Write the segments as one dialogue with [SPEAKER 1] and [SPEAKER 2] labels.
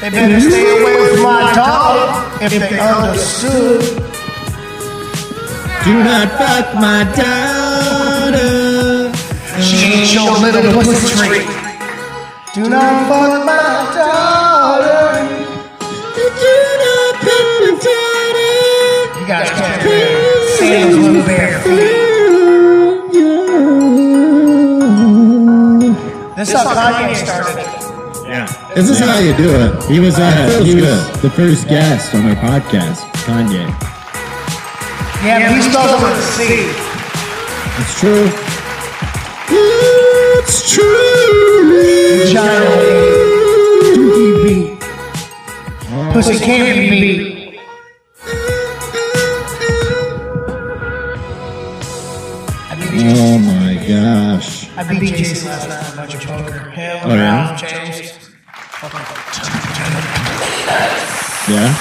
[SPEAKER 1] They better stay away with my daughter if they understood.
[SPEAKER 2] Do not fuck my daughter.
[SPEAKER 1] She ain't your little pussy tree. Do not fuck my daughter.
[SPEAKER 2] Do not fuck my daughter.
[SPEAKER 1] You guys can't hear. Say those little bare feet. This is how Kanye started.
[SPEAKER 2] Yeah. This is how you do it.
[SPEAKER 3] He was uh, he was the first guest on our podcast, Kanye.
[SPEAKER 1] Yeah, but he spells it with a C.
[SPEAKER 3] It's true.
[SPEAKER 2] It's true.
[SPEAKER 1] Johnny B. Pussy can't be beat. I beat Jason-
[SPEAKER 3] Oh my gosh.
[SPEAKER 1] I beat Jason last night on a bunch of poker. Hell
[SPEAKER 3] Oh,
[SPEAKER 1] no,
[SPEAKER 3] yeah?
[SPEAKER 1] James.
[SPEAKER 3] Yeah.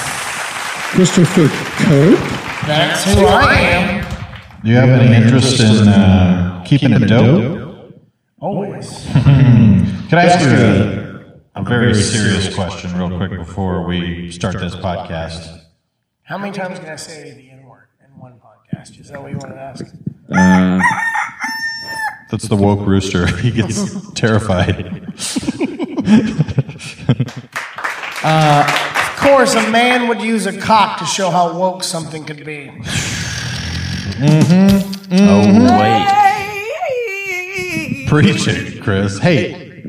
[SPEAKER 3] Christopher Cope.
[SPEAKER 1] That's who I am.
[SPEAKER 4] Do you have any interest in uh, keeping it dope?
[SPEAKER 1] Always.
[SPEAKER 4] Can I ask you a, a very serious question, real quick, before we start this podcast?
[SPEAKER 1] How many times can I say the N word in one podcast? Is that what you want to ask?
[SPEAKER 3] Uh,
[SPEAKER 4] That's the woke rooster. He gets terrified.
[SPEAKER 1] Of course, a man would use a cock to show how woke something could be.
[SPEAKER 4] Oh wait, preach it, Chris. Hey,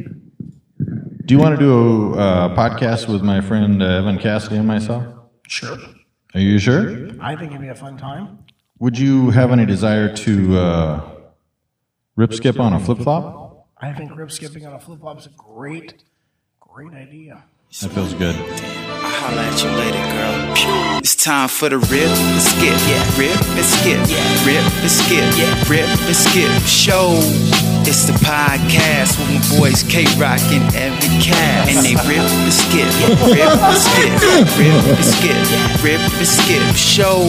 [SPEAKER 4] do you want to do a uh, podcast with my friend uh, Evan Cassidy and myself?
[SPEAKER 1] Sure.
[SPEAKER 4] Are you sure?
[SPEAKER 1] I think it'd be a fun time.
[SPEAKER 4] Would you have any desire to uh, rip skip on a flip flop?
[SPEAKER 1] I think rip skipping on a flip flop is a great, great idea.
[SPEAKER 4] That feels good.
[SPEAKER 5] Holla at you later, girl. It's time for the rip and skip. Yeah. Rip and skip. Yeah. Rip and skip. Yeah. Rip and skip. Show. It's the podcast with my boys K Rock and every cast. And they rip and skip. Yeah. Rip and skip. Rip and skip. Yeah. Rip and skip. Show.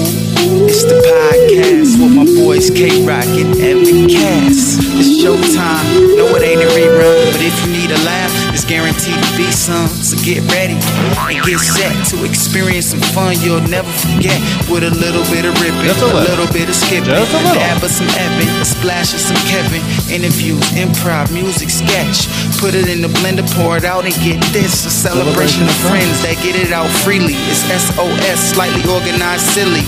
[SPEAKER 5] It's the podcast with my boys K Rock and every cast. It's showtime. No, it ain't a rerun. But if you need a laugh, it's guaranteed to be some. So get ready and get set to experience some fun you'll never forget. With a little bit of ripping,
[SPEAKER 4] Just a little.
[SPEAKER 5] bit of skipping,
[SPEAKER 4] Just a little.
[SPEAKER 5] dab of some ebbing, a splash of some Kevin. Interviews, improv, music, sketch. Put it in the blender, pour it out, and get this a celebration of friends that get it out freely. It's SOS, slightly organized, silly.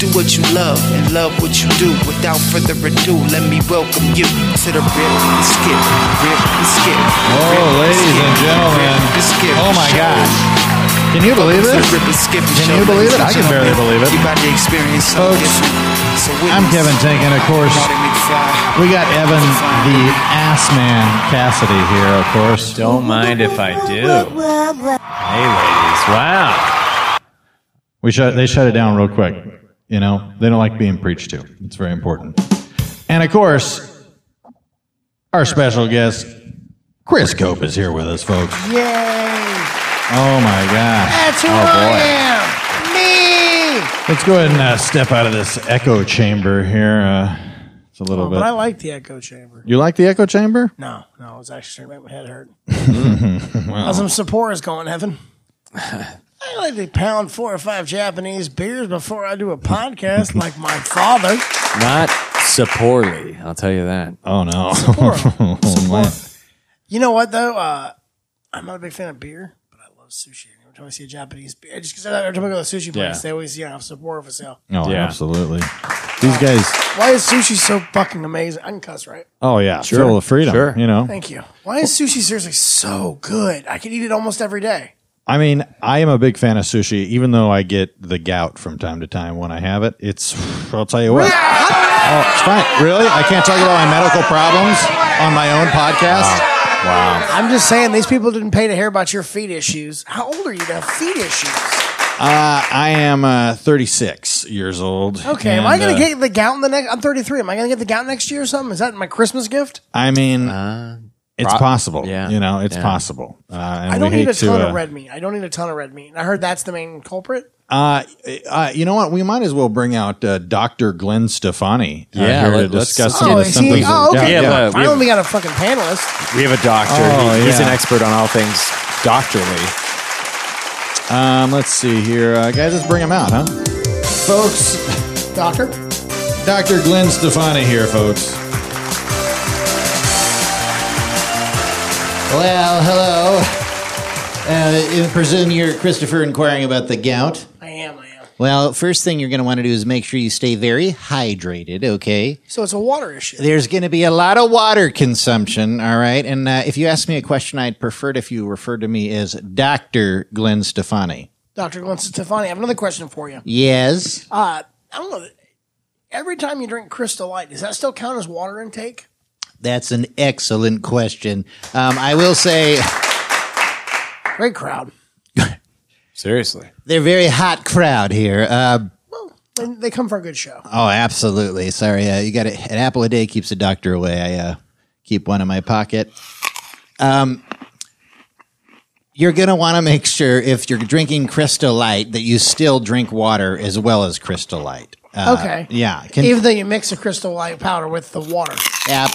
[SPEAKER 5] Do what you love and love what you do. Without further ado, let me welcome you to the rip and skip, rip and skip. Rip
[SPEAKER 4] Oh, ladies
[SPEAKER 5] skip,
[SPEAKER 4] and gentlemen.
[SPEAKER 5] Rip and skip
[SPEAKER 4] Oh my
[SPEAKER 5] show.
[SPEAKER 4] gosh. Can you believe
[SPEAKER 5] It's the
[SPEAKER 4] this?
[SPEAKER 5] Rip and skip
[SPEAKER 4] Can
[SPEAKER 5] show,
[SPEAKER 4] you believe
[SPEAKER 5] ladies and
[SPEAKER 4] it? I can barely
[SPEAKER 5] gentlemen.
[SPEAKER 4] believe it.
[SPEAKER 5] You about to experience something
[SPEAKER 4] Folks,
[SPEAKER 5] different. So
[SPEAKER 4] I'm
[SPEAKER 5] witness.
[SPEAKER 4] Kevin Tinkin, of course.
[SPEAKER 5] Marty McFly.
[SPEAKER 4] We got Evan the ass man Cassidy here, of course.
[SPEAKER 6] Don't mind if I do. Hey, ladies. Wow.
[SPEAKER 4] We shut they shut it down real quick. You know, they don't like being preached to. It's very important. And of course, our special guest, Chris Cope, is here with us, folks.
[SPEAKER 1] Yay!
[SPEAKER 4] Oh my gosh.
[SPEAKER 1] That's who
[SPEAKER 4] Oh,
[SPEAKER 1] I
[SPEAKER 4] boy.
[SPEAKER 1] am. Me.
[SPEAKER 4] Let's go ahead and uh, step out of this echo chamber here. Uh, it's a little
[SPEAKER 1] Oh, But I
[SPEAKER 4] bit.
[SPEAKER 1] like the echo chamber.
[SPEAKER 4] You like the echo chamber?
[SPEAKER 1] No, no, it was actually straight. My head hurt.
[SPEAKER 4] Mm-hmm.
[SPEAKER 1] How's some Sapporos going, Evan? I like to pound four or five Japanese beers before I do a podcast, like my father.
[SPEAKER 6] Not supportly, I'll tell you that.
[SPEAKER 4] Oh no.
[SPEAKER 1] Sapporo.
[SPEAKER 4] Oh, man.
[SPEAKER 1] You know what though? Uh, I'm not a big fan of beer, but I love sushi. Every time I see a Japanese beer, just because every time I go to a sushi place,
[SPEAKER 6] Yeah.
[SPEAKER 1] they always you know have Sapporo for sale.
[SPEAKER 4] Oh,
[SPEAKER 6] Yeah.
[SPEAKER 4] absolutely. These guys.
[SPEAKER 1] Why is sushi so fucking amazing? I can cuss, right?
[SPEAKER 4] Oh yeah. Sure. Feel the freedom.
[SPEAKER 6] Sure.
[SPEAKER 4] You know.
[SPEAKER 1] Thank you. Why is sushi seriously so good? I could eat it almost every day.
[SPEAKER 4] I mean, I am a big fan of sushi, even though I get the gout from time to time when I have it. It's, I'll tell you what. Oh, it's fine. Really? I can't talk about my medical problems on my own podcast? Wow.
[SPEAKER 1] I'm just saying, these people didn't pay to hear about your feet issues. How old are you to have feet issues?
[SPEAKER 4] Uh, I am uh, 36 years old.
[SPEAKER 1] Okay, am
[SPEAKER 4] and,
[SPEAKER 1] I going
[SPEAKER 4] uh,
[SPEAKER 1] to get the gout in the next? I'm 33. Am I going to get the gout next year or something? Is that my Christmas gift?
[SPEAKER 4] I mean, it's possible.
[SPEAKER 6] yeah,
[SPEAKER 4] You know, it's
[SPEAKER 6] yeah.
[SPEAKER 4] possible. Uh, and
[SPEAKER 1] I don't
[SPEAKER 4] we hate
[SPEAKER 1] need a
[SPEAKER 4] to,
[SPEAKER 1] ton
[SPEAKER 4] uh,
[SPEAKER 1] of red meat. I don't need a ton of red meat. And I heard that's the main culprit.
[SPEAKER 4] Uh, uh, you know what? We might as well bring out uh, Dr. Glenn Stefani uh,
[SPEAKER 6] Yeah,
[SPEAKER 4] here to
[SPEAKER 6] let- let's
[SPEAKER 4] discuss
[SPEAKER 6] get
[SPEAKER 4] some
[SPEAKER 1] Oh,
[SPEAKER 4] of the
[SPEAKER 1] is he?
[SPEAKER 4] symptoms. of
[SPEAKER 1] Oh,
[SPEAKER 4] gout.
[SPEAKER 1] okay.
[SPEAKER 6] Yeah,
[SPEAKER 1] Yeah,
[SPEAKER 6] but we
[SPEAKER 1] Finally, we got a fucking panelist.
[SPEAKER 6] We have a doctor.
[SPEAKER 4] Oh,
[SPEAKER 6] He- He's
[SPEAKER 4] yeah.
[SPEAKER 6] an expert on all things doctorly.
[SPEAKER 4] Um, let's see here, uh, guys. Let's bring them out, huh? Folks,
[SPEAKER 1] Doctor?
[SPEAKER 4] Dr. Glenn Stefani here, folks. Well, hello. Uh, I presume you're Christopher inquiring about the gout.
[SPEAKER 1] I am, I am.
[SPEAKER 7] Well, first thing you're going to want to do is make sure you stay very hydrated, okay?
[SPEAKER 1] So it's a water issue.
[SPEAKER 7] There's going to be a lot of water consumption, all right? And uh, if you ask me a question, I'd prefer it if you referred to me as Dr. Glenn Stefani.
[SPEAKER 1] Dr. Glenn Stefani, I have another question for you.
[SPEAKER 7] Yes?
[SPEAKER 1] Uh, I don't know. Every time you drink Crystal Light, does that still count as water intake?
[SPEAKER 7] That's an excellent question. Um, I will say
[SPEAKER 1] Great crowd.
[SPEAKER 6] Seriously.
[SPEAKER 7] they're a very hot crowd here. Uh,
[SPEAKER 1] Well, they, they come for a good show.
[SPEAKER 4] Uh,
[SPEAKER 7] Oh, absolutely. Sorry, uh, you got it. An apple a day keeps the doctor away. I uh, keep one in my pocket. Um, you're gonna want to make sure if you're drinking Crystal Light that you still drink water as well as Crystal Light. Uh,
[SPEAKER 1] okay.
[SPEAKER 7] Yeah. Can,
[SPEAKER 1] Even though you mix the Crystal Light powder with the water.
[SPEAKER 7] app,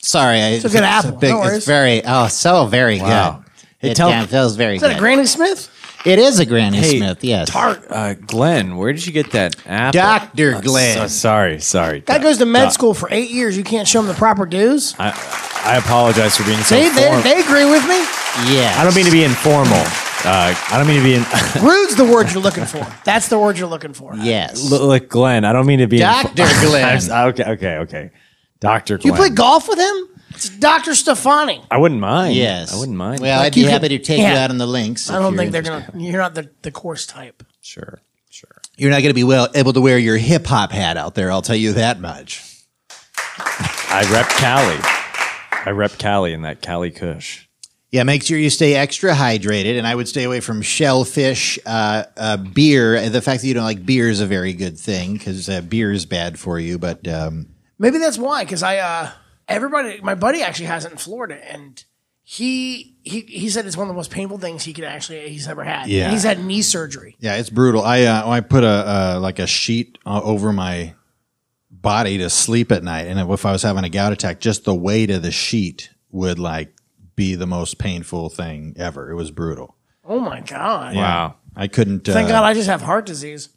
[SPEAKER 7] sorry, I, it's
[SPEAKER 1] a good apple.
[SPEAKER 7] big-
[SPEAKER 1] No worries.
[SPEAKER 7] it's very oh, so very
[SPEAKER 6] Wow.
[SPEAKER 7] good.
[SPEAKER 6] Hey,
[SPEAKER 7] it
[SPEAKER 6] tell-
[SPEAKER 7] damn feels very
[SPEAKER 1] Is that
[SPEAKER 7] good.
[SPEAKER 1] a Granny Smith?
[SPEAKER 7] it is a Granny
[SPEAKER 6] Hey,
[SPEAKER 7] Smith. Yes.
[SPEAKER 6] Uh, Glenn, where did you get that apple? Uh,
[SPEAKER 7] Doctor Glenn.
[SPEAKER 6] So- sorry, sorry.
[SPEAKER 1] That
[SPEAKER 6] Doc.
[SPEAKER 1] goes to med
[SPEAKER 6] Doc.
[SPEAKER 1] school for eight years. You can't show them the proper dues.
[SPEAKER 6] I, I apologize for being so
[SPEAKER 1] They, they,
[SPEAKER 6] formal.
[SPEAKER 1] they agree with me.
[SPEAKER 7] yes.
[SPEAKER 6] I don't mean to be informal. Uh, I don't mean to be in.
[SPEAKER 1] Rude's the word you're looking for. That's the word you're looking for.
[SPEAKER 7] Yes.
[SPEAKER 6] Look, Glenn, I don't mean to be.
[SPEAKER 7] Dr. Glenn.
[SPEAKER 6] I'm s- okay, okay, okay. Dr.
[SPEAKER 1] You
[SPEAKER 6] Glenn.
[SPEAKER 1] play golf with him? It's Dr. Stefani.
[SPEAKER 6] I wouldn't mind.
[SPEAKER 7] Yes.
[SPEAKER 6] I wouldn't mind.
[SPEAKER 7] Well, I'd be
[SPEAKER 1] you
[SPEAKER 7] happy
[SPEAKER 1] could-
[SPEAKER 7] to take
[SPEAKER 1] yeah.
[SPEAKER 7] you out on the links.
[SPEAKER 1] I don't think they're going to. You're not the, the course type.
[SPEAKER 6] sure, sure.
[SPEAKER 7] You're not going to be well able to wear your hip hop hat out there. I'll tell you that much.
[SPEAKER 6] I rep Cali. I rep Cali in that Cali Kush.
[SPEAKER 7] Yeah, make sure you stay extra hydrated, and I would stay away from shellfish, uh, uh, beer. The fact that you don't like beer is a very good thing because uh, beer is bad for you. But um,
[SPEAKER 1] Maybe that's why, because I, uh, everybody, my buddy actually has it in Florida, and he, he, he said it's one of the most painful things he could actually, he's ever had.
[SPEAKER 4] Yeah.
[SPEAKER 1] And he's had knee surgery.
[SPEAKER 4] Yeah, it's brutal. I uh, I put a uh, like a sheet uh, over my body to sleep at night, and if I was having a gout attack, just the weight of the sheet would like be the most painful thing ever. It was brutal.
[SPEAKER 1] Oh my God.
[SPEAKER 6] Wow.
[SPEAKER 4] I couldn't.
[SPEAKER 1] Thank
[SPEAKER 4] uh,
[SPEAKER 1] God I just have heart disease.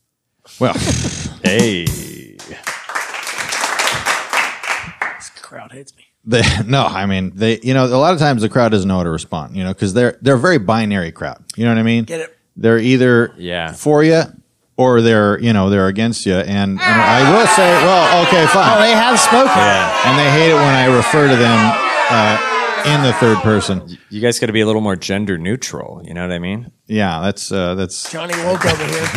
[SPEAKER 4] Well,
[SPEAKER 6] Hey.
[SPEAKER 1] This crowd hates me.
[SPEAKER 4] they, no, I mean they. You know, a lot of times the crowd doesn't know how to respond. You know, because they're they're a very binary crowd. You know what I mean?
[SPEAKER 1] Get it?
[SPEAKER 4] They're either
[SPEAKER 6] Yeah.
[SPEAKER 4] for you or they're you know they're against you. And, and I will say, well, okay, fine.
[SPEAKER 1] They have spoken.
[SPEAKER 6] Yeah.
[SPEAKER 4] and they hate it when I refer to them uh, in the third person.
[SPEAKER 6] You guys got to be a little more gender neutral. You know what I mean?
[SPEAKER 4] Yeah, that's uh, that's.
[SPEAKER 1] Johnny woke over here.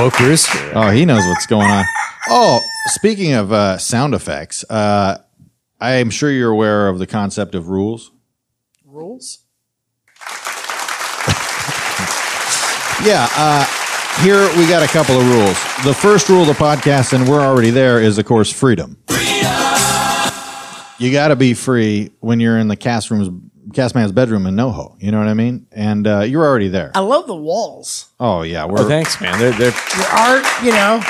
[SPEAKER 6] Woke rooster.
[SPEAKER 4] Oh, he knows what's going on. Oh, speaking of uh, sound effects, uh, I am sure you're aware of the concept of rules.
[SPEAKER 1] Rules?
[SPEAKER 4] Yeah, uh, here we got a couple of rules. The first rule of the podcast, and we're already there, is of course freedom. You got to be free when you're in the cast room's cast man's bedroom in NoHo. You know what I mean? And uh, you're already there.
[SPEAKER 1] I love the walls.
[SPEAKER 4] Oh yeah, we're
[SPEAKER 6] Oh, thanks, man. They're they're
[SPEAKER 1] Your art, you know.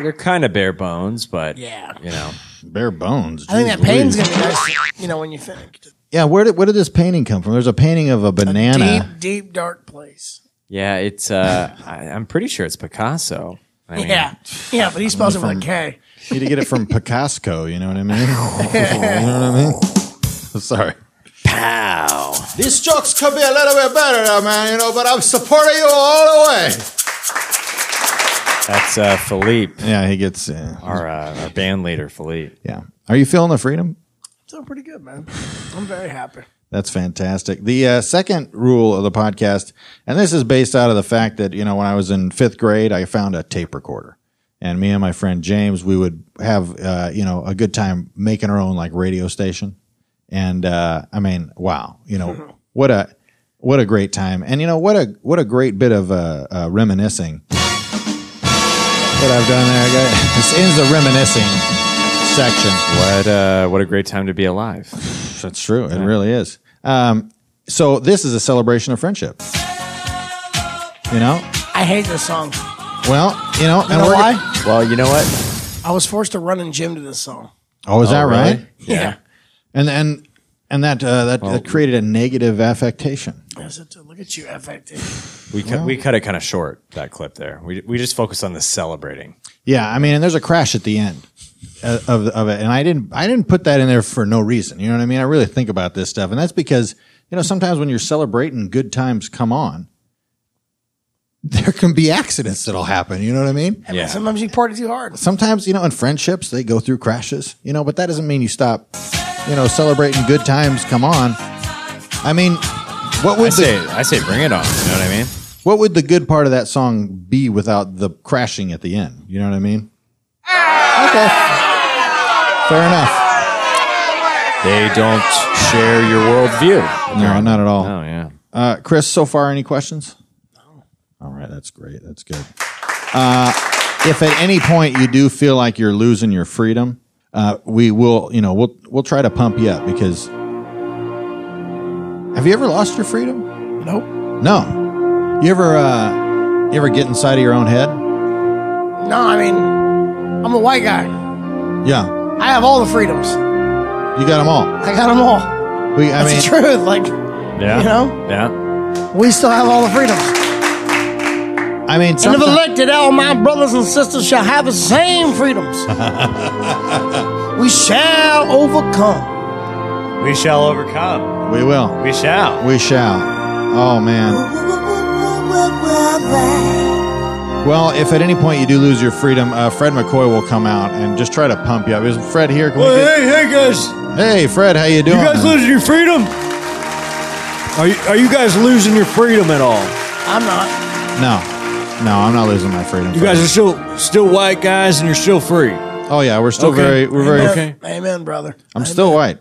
[SPEAKER 6] they're kind of bare bones, but
[SPEAKER 1] Yeah.
[SPEAKER 6] you know.
[SPEAKER 4] bare bones.
[SPEAKER 1] I think that
[SPEAKER 4] Jeez
[SPEAKER 1] pain's
[SPEAKER 4] Louise.
[SPEAKER 1] going to be nice, you know, when you finish.
[SPEAKER 4] Yeah, where did where did this painting come from? There's a painting of a banana.
[SPEAKER 1] Deep, deep, dark place.
[SPEAKER 6] Yeah, it's uh, I, I'm pretty sure it's Picasso. I mean,
[SPEAKER 1] Yeah. Yeah, but he spells it with a K.
[SPEAKER 4] You need to get it from Picasso. You know what I mean? you know what I mean? Sorry.
[SPEAKER 6] Pow.
[SPEAKER 4] These jokes could be a little bit better, man. You know, but I'm supporting you all the way.
[SPEAKER 6] That's uh, Philippe,
[SPEAKER 4] Yeah, he gets. Uh,
[SPEAKER 6] our uh, our band leader, Philippe.
[SPEAKER 4] yeah. Are you feeling the freedom?
[SPEAKER 1] So pretty good, man. I'm very happy.
[SPEAKER 4] That's fantastic. The uh, second rule of the podcast, and this is based out of the fact that, you know, when I was in fifth grade, I found a tape recorder. And me and my friend James, we would have, uh, you know, a good time making our own like radio station. And uh, I mean, wow, you know, what a what a great time, and you know what a what a great bit of uh, uh, reminiscing that I've done there. I got- This ends the reminiscing section.
[SPEAKER 6] What uh, what a great time to be alive.
[SPEAKER 4] That's true. It really is. Um, so this is a celebration of friendship. You know,
[SPEAKER 1] I hate this song.
[SPEAKER 4] well, you know,
[SPEAKER 1] You
[SPEAKER 4] and
[SPEAKER 1] know
[SPEAKER 4] we're.
[SPEAKER 1] why?
[SPEAKER 6] Well, you know what?
[SPEAKER 1] I was forced to run in gym to this song.
[SPEAKER 4] Oh, is that
[SPEAKER 6] really?
[SPEAKER 4] right?
[SPEAKER 1] Yeah. Oh.
[SPEAKER 4] And and and that uh, that, that created a negative affectation.
[SPEAKER 1] I said, "Dude, look at you, affective.
[SPEAKER 6] We cut we cut it kind of short that clip there. We we just focus on the celebrating.
[SPEAKER 4] Yeah, I mean, and there's a crash at the end uh, of of it, and I didn't I didn't put that in there for no reason. You know what I mean? I really think about this stuff, and that's because you know sometimes when you're celebrating, good times come on. There can be accidents that'll happen. You know what I mean?
[SPEAKER 6] Yeah.
[SPEAKER 1] Sometimes you party too hard.
[SPEAKER 4] Sometimes you know in friendships they go through crashes. You know, but that doesn't mean you stop. You know, celebrating good times come on. I mean, what
[SPEAKER 6] I
[SPEAKER 4] would
[SPEAKER 6] say
[SPEAKER 4] the,
[SPEAKER 6] I say bring it on. You know what I mean?
[SPEAKER 4] what would the good part of that song be without the crashing at the end? You know what I mean? Okay, fair enough.
[SPEAKER 6] They don't share your worldview.
[SPEAKER 4] No, not at all.
[SPEAKER 6] Oh yeah.
[SPEAKER 4] Uh, Chris, so far, any questions? No. All right, that's great. That's good. Uh, if at any point you do feel like you're losing your freedom, uh, we will, you know, we'll we'll try to pump you up because. Have you ever lost your freedom?
[SPEAKER 1] Nope.
[SPEAKER 4] No. You ever, uh, you ever get inside of your own head?
[SPEAKER 1] No, I mean, I'm a white guy.
[SPEAKER 4] Yeah,
[SPEAKER 1] I have all the freedoms.
[SPEAKER 4] you got them all.
[SPEAKER 1] I got them all.
[SPEAKER 4] We, I
[SPEAKER 1] That's
[SPEAKER 4] mean,
[SPEAKER 1] the truth. Like,
[SPEAKER 6] Yeah.
[SPEAKER 1] You know?
[SPEAKER 6] Yeah.
[SPEAKER 1] we still have all the freedoms.
[SPEAKER 4] I mean,
[SPEAKER 1] And if
[SPEAKER 4] sometimes-
[SPEAKER 1] elected, all my brothers and sisters shall have the same freedoms. we shall overcome.
[SPEAKER 6] We shall overcome.
[SPEAKER 4] we will,
[SPEAKER 6] We shall.
[SPEAKER 4] we shall. Oh man. Well, if at any point you do lose your freedom, uh, Fred McCoy will come out and just try to pump you up. Is Fred here? Can we get-
[SPEAKER 6] hey guys,
[SPEAKER 4] hey, Fred, how you doing?
[SPEAKER 6] losing your freedom? Are you, are you guys losing your freedom at all?
[SPEAKER 1] I'm not.
[SPEAKER 4] no, no, I'm not losing my freedom. Fred.
[SPEAKER 6] still still white guys and you're still free.
[SPEAKER 4] oh yeah, we're still
[SPEAKER 6] Okay.
[SPEAKER 4] very, we're very.
[SPEAKER 6] Okay.
[SPEAKER 1] Amen, brother.
[SPEAKER 4] I'm still white.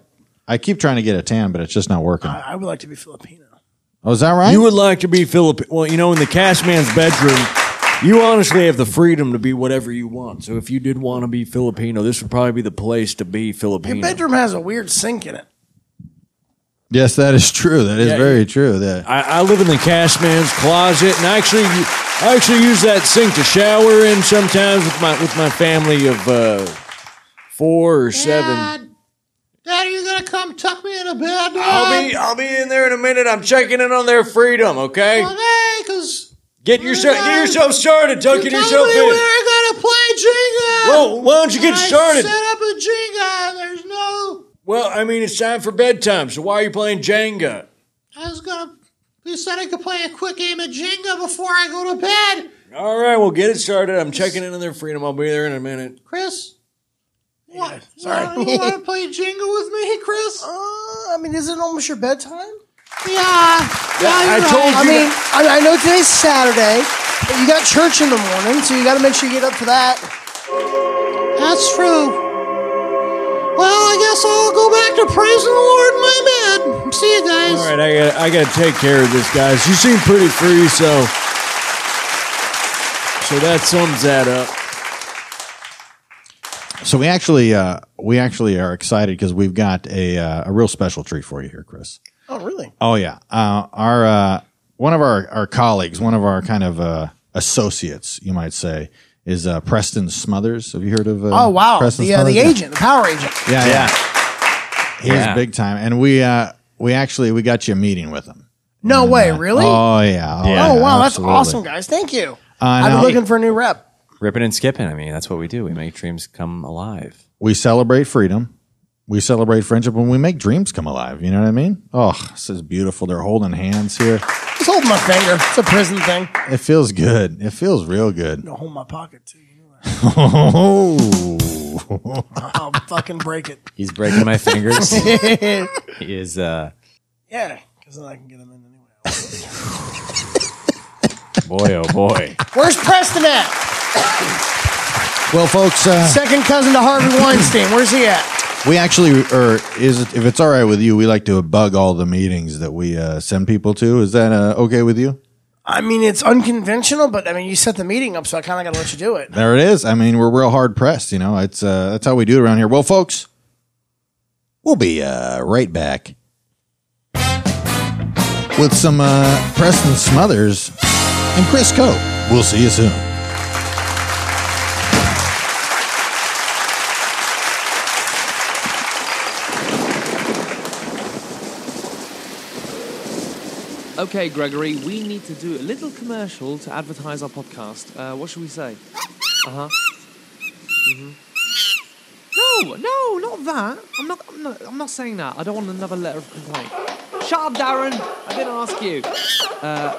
[SPEAKER 4] I keep trying to get a tan, but it's just not working.
[SPEAKER 1] I I would like to be Filipino.
[SPEAKER 4] Oh, is that right?
[SPEAKER 6] You would like to be Philip. Well, you know, in the cash man's bedroom, you honestly have the freedom to be whatever you want. So if you did want to be Filipino, this would probably be the place to be Filipino.
[SPEAKER 1] Your bedroom has a weird sink in it.
[SPEAKER 4] yes, that is true. That is
[SPEAKER 6] Yeah,
[SPEAKER 4] very true. That
[SPEAKER 6] I, I live in the cash man's closet, and I actually, I actually use that sink to shower in sometimes with my with my family of uh, four or seven.
[SPEAKER 7] Dad, are you gonna come tuck me in a bed?
[SPEAKER 6] I'll be I'll be in there in a minute. I'm checking in on their freedom. Okay,
[SPEAKER 7] because
[SPEAKER 6] get yourself get yourself started, tucking yourself in.
[SPEAKER 7] I gotta play Jenga.
[SPEAKER 6] Well, why don't you get started?
[SPEAKER 7] up a Jenga. There's no.
[SPEAKER 6] Well, I mean, it's time for bedtime, so why are you playing Jenga?
[SPEAKER 7] I was gonna. We said I could play a quick game of Jenga before I go to bed.
[SPEAKER 6] All right, well, get it started. I'm checking in on their freedom. I'll be there in a minute.
[SPEAKER 7] Chris,
[SPEAKER 1] Yeah, sorry.
[SPEAKER 7] you want to play Jenga with me, Chris?
[SPEAKER 1] Uh, I mean, is it almost your bedtime?
[SPEAKER 7] Yeah.
[SPEAKER 6] I told
[SPEAKER 1] I
[SPEAKER 6] you.
[SPEAKER 1] mean, I, I know today's Saturday, but you got church in the morning, so you got to make sure you get up for that.
[SPEAKER 7] That's true. Well, I guess I'll go back to praising the Lord in my bed. See you guys.
[SPEAKER 6] all right, I got I got to take care of this, guys. You seem pretty free, so so that sums that up.
[SPEAKER 4] so we actually, uh, we actually are excited because we've got a uh, a real special treat for you here, Chris.
[SPEAKER 1] Oh, really?
[SPEAKER 4] Oh yeah, uh, our uh, one of our, our colleagues, one of our kind of uh, associates, you might say, is uh, Preston Smothers. Have you heard of? Uh,
[SPEAKER 1] Oh, wow.
[SPEAKER 4] Preston
[SPEAKER 1] The, uh, the
[SPEAKER 4] Smothers?
[SPEAKER 1] agent, the power agent.
[SPEAKER 4] Yeah, yeah, he's
[SPEAKER 6] Yeah.
[SPEAKER 4] big time. And we uh, we actually we got you a meeting with him.
[SPEAKER 1] No way, really?
[SPEAKER 4] Oh yeah, oh,
[SPEAKER 1] oh, wow. That's
[SPEAKER 4] absolutely. Uh,
[SPEAKER 1] awesome, guys. Thank you.
[SPEAKER 4] I
[SPEAKER 1] I've been
[SPEAKER 4] know.
[SPEAKER 1] looking for a new rep.
[SPEAKER 6] Ripping and skipping. I mean, that's what we do. We make dreams come alive.
[SPEAKER 4] We celebrate freedom. We celebrate friendship when we make dreams come alive. You know what I mean? Oh, this is beautiful. They're holding hands here.
[SPEAKER 1] Just hold my finger. It's a prison thing.
[SPEAKER 4] It feels good. It feels real good.
[SPEAKER 1] I'll hold my pocket too. You know that.
[SPEAKER 4] Oh.
[SPEAKER 1] I'll fucking break it.
[SPEAKER 6] He's breaking my fingers. he is. Uh,
[SPEAKER 1] Yeah, because then I can get them in anyway.
[SPEAKER 6] boy, oh boy.
[SPEAKER 1] Where's Preston at?
[SPEAKER 4] Well, folks, uh,
[SPEAKER 1] Second cousin to Harvey Weinstein. Where's he at?
[SPEAKER 4] we actually, or is it, if it's all right with you, we like to bug all the meetings that we uh, send people to. Is that uh, okay with you?
[SPEAKER 1] I mean, it's unconventional, but I mean, you set the meeting up, so I kind of got to let you do it.
[SPEAKER 4] There it is. I mean, we're real hard pressed, you know. It's uh, that's how we do it around here. Well, folks, we'll be uh, right back with some uh, Preston Smothers and Chris Cope. We'll see you soon.
[SPEAKER 8] A Okay, Gregory, we need to do a little commercial to advertise our podcast. Uh, what should we say? Uh huh. hmm No, no, not that. I'm not, I'm not. I'm not saying that. I don't want another letter of complaint. Shut up, Darren. I didn't ask you. Uh,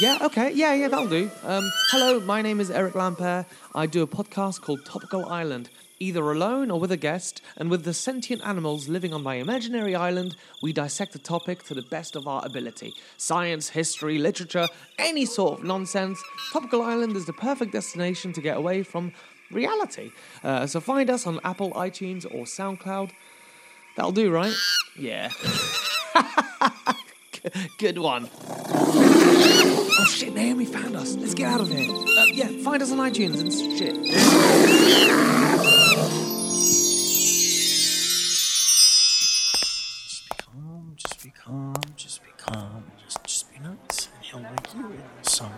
[SPEAKER 8] yeah, okay, yeah, yeah, that'll do. Um, hello, my name is Eric Lampere. I do a podcast called Topical Island, either alone or with a guest, and with the sentient animals living on my imaginary island, we dissect a topic to the best of our ability. Science, history, literature, any sort of nonsense. Topical Island is the perfect destination to get away from reality. Uh, so find us on Apple, iTunes, or SoundCloud. That'll do, right? Yeah. Good one. Oh shit, Naomi found us. Let's get out of here. Uh, yeah, find us on iTunes and shit.
[SPEAKER 1] calm, just be calm, just be calm, just just be nice, and he'll make you in some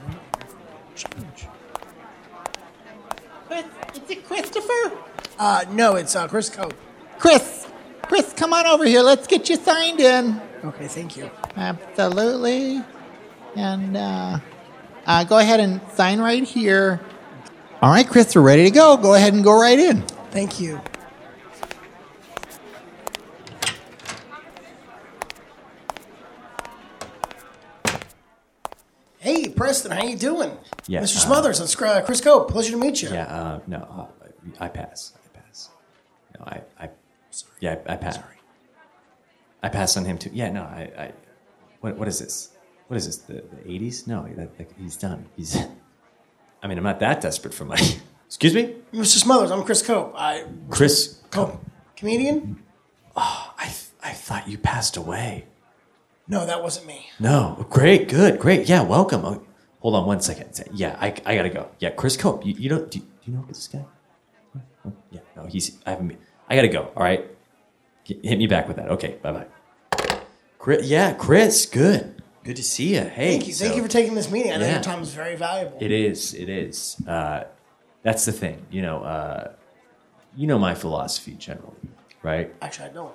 [SPEAKER 1] change.
[SPEAKER 7] Is it Christopher?
[SPEAKER 1] Uh, no, it's uh, Chris Cope.
[SPEAKER 7] Chris, Chris, come on over here. Let's get you signed in.
[SPEAKER 1] Okay, thank you.
[SPEAKER 7] Absolutely. And uh, uh, go ahead and sign right here. All right, Chris, we're ready to go. Go ahead and go right in.
[SPEAKER 1] Thank you. Hey, Preston, how you doing?
[SPEAKER 9] Yeah,
[SPEAKER 1] Mr.
[SPEAKER 9] uh,
[SPEAKER 1] Smothers, it's uh, Chris Cope. Pleasure to meet you.
[SPEAKER 9] Yeah, uh, no, I, I pass. I pass. No, I, I, yeah, I, I pass. Sorry. I pass on him too. Yeah, no, I, I what, what is this? What is this? The, the 80s? No, that, that, he's done. He's, I mean, I'm not that desperate for money. Excuse me?
[SPEAKER 1] Mr. Smothers, I'm Chris Cope. I
[SPEAKER 9] Chris,
[SPEAKER 1] Cope, comedian?
[SPEAKER 9] I, I thought you passed away.
[SPEAKER 1] No, that wasn't me.
[SPEAKER 9] No, great, good, great. Yeah, welcome. Oh, hold on one second. Yeah, I, I gotta go. Yeah, Chris Cope, you, you don't, do, you- do you know this guy? Oh, Yeah, no, he's, I haven't, been- I gotta go. All right. G- Hit me back with that. Okay, bye bye. Chris, yeah, Chris, good. Good to see you. Hey,
[SPEAKER 1] Thank you. Thank
[SPEAKER 9] so-
[SPEAKER 1] you for taking this meeting. I know
[SPEAKER 9] Yeah.
[SPEAKER 1] your time is very valuable.
[SPEAKER 9] it is. It is. Uh, that's the thing. You know, uh, you know my philosophy generally, right?
[SPEAKER 1] Actually, I don't.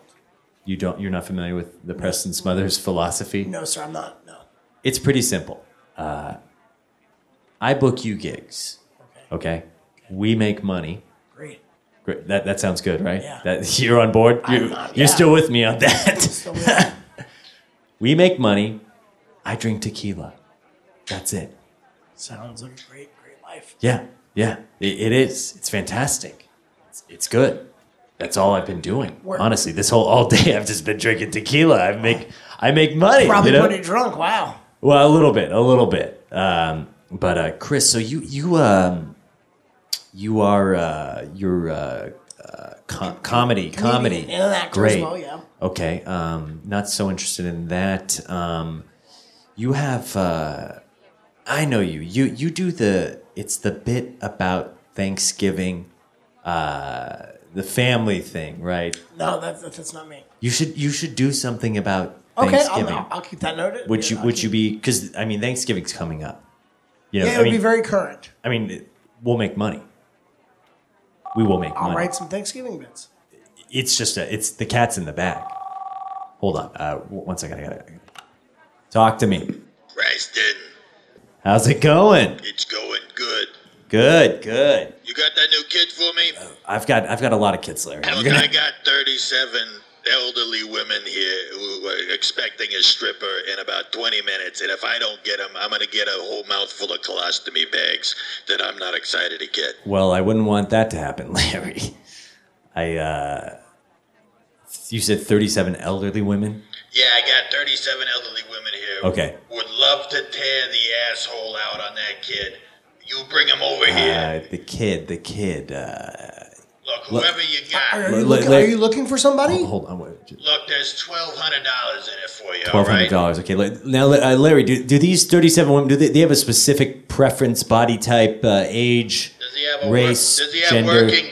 [SPEAKER 9] You don't. You're not familiar with the Preston Smothers philosophy.
[SPEAKER 1] No, sir, I'm not. No.
[SPEAKER 9] It's pretty simple. Uh, I book you gigs. Okay. We make money.
[SPEAKER 1] Great.
[SPEAKER 9] Great. That, that sounds good, right?
[SPEAKER 1] Yeah.
[SPEAKER 9] That, you're on board. You,
[SPEAKER 1] I'm on, yeah.
[SPEAKER 9] You're still with me on that.
[SPEAKER 1] So weird.
[SPEAKER 9] we make money. I drink tequila. That's it.
[SPEAKER 1] Sounds like a great, great life.
[SPEAKER 9] Yeah. Yeah. It, it is. It's fantastic. It's, it's good. That's all I've been doing.
[SPEAKER 1] Where-
[SPEAKER 9] Honestly, this whole all day I've just been drinking tequila. I make I make money.
[SPEAKER 1] Probably
[SPEAKER 9] you know?
[SPEAKER 1] pretty drunk. Wow.
[SPEAKER 9] Well, a little bit, a little bit. Um, but uh, Chris, so you you um, you are uh, you're uh, uh, com- comedy, comedy,
[SPEAKER 1] And an actor as
[SPEAKER 9] great.
[SPEAKER 1] well, yeah.
[SPEAKER 9] Okay, um, not so interested in that. Um, you have, uh, I know you. You you do the it's the bit about Thanksgiving, uh, the family thing, right?
[SPEAKER 1] No, that's, that's, that's not me.
[SPEAKER 9] You should you should do something about
[SPEAKER 1] Okay, I'll,
[SPEAKER 9] Thanksgiving.
[SPEAKER 1] I'll, I'll keep that noted.
[SPEAKER 9] Would you
[SPEAKER 1] I'll
[SPEAKER 9] would
[SPEAKER 1] keep-
[SPEAKER 9] you be because I mean Thanksgiving's coming up. You know,
[SPEAKER 1] Yeah, it
[SPEAKER 9] I
[SPEAKER 1] would
[SPEAKER 9] mean,
[SPEAKER 1] be very current.
[SPEAKER 9] I mean, it- we'll make money. We will make
[SPEAKER 1] I'll
[SPEAKER 9] money.
[SPEAKER 1] write some Thanksgiving bits.
[SPEAKER 9] It's just a, it's the cat's in the bag. Hold on, uh, w- one second. I gotta, I gotta talk to me.
[SPEAKER 10] Preston,
[SPEAKER 9] How's it going?
[SPEAKER 10] it's going good.
[SPEAKER 9] Good, good. Uh,
[SPEAKER 10] You got that new kid for me?
[SPEAKER 9] I've got I've got a lot of kids, Larry. I'm
[SPEAKER 10] Look,
[SPEAKER 9] gonna-
[SPEAKER 10] I got 37 elderly women here who are expecting a stripper in about 20 minutes, and if I don't get them, I'm going to get a whole mouthful of colostomy bags that I'm not excited to get.
[SPEAKER 9] Well, I wouldn't want that to happen, Larry. I uh, you said thirty-seven elderly women.
[SPEAKER 10] Yeah, I got 37 elderly women here. who
[SPEAKER 9] Okay.
[SPEAKER 10] Would love to tear the asshole out on that kid. You bring him over
[SPEAKER 9] Uh,
[SPEAKER 10] here.
[SPEAKER 9] the kid, the kid. Uh,
[SPEAKER 10] Look, whoever you got.
[SPEAKER 1] Are you,
[SPEAKER 9] Look,
[SPEAKER 1] looking,
[SPEAKER 9] look.
[SPEAKER 1] are you looking for somebody?
[SPEAKER 9] hold on, wait.
[SPEAKER 10] Look, there's $1,200 in it for you, all
[SPEAKER 9] Twelve hundred
[SPEAKER 10] right?
[SPEAKER 9] dollars. Okay, la- now uh, Larry, do, do these thirty-seven women do they, they have a specific preference, body type, uh, age,
[SPEAKER 10] Does he have a
[SPEAKER 9] race,
[SPEAKER 10] work, Does he have
[SPEAKER 9] gender?
[SPEAKER 10] working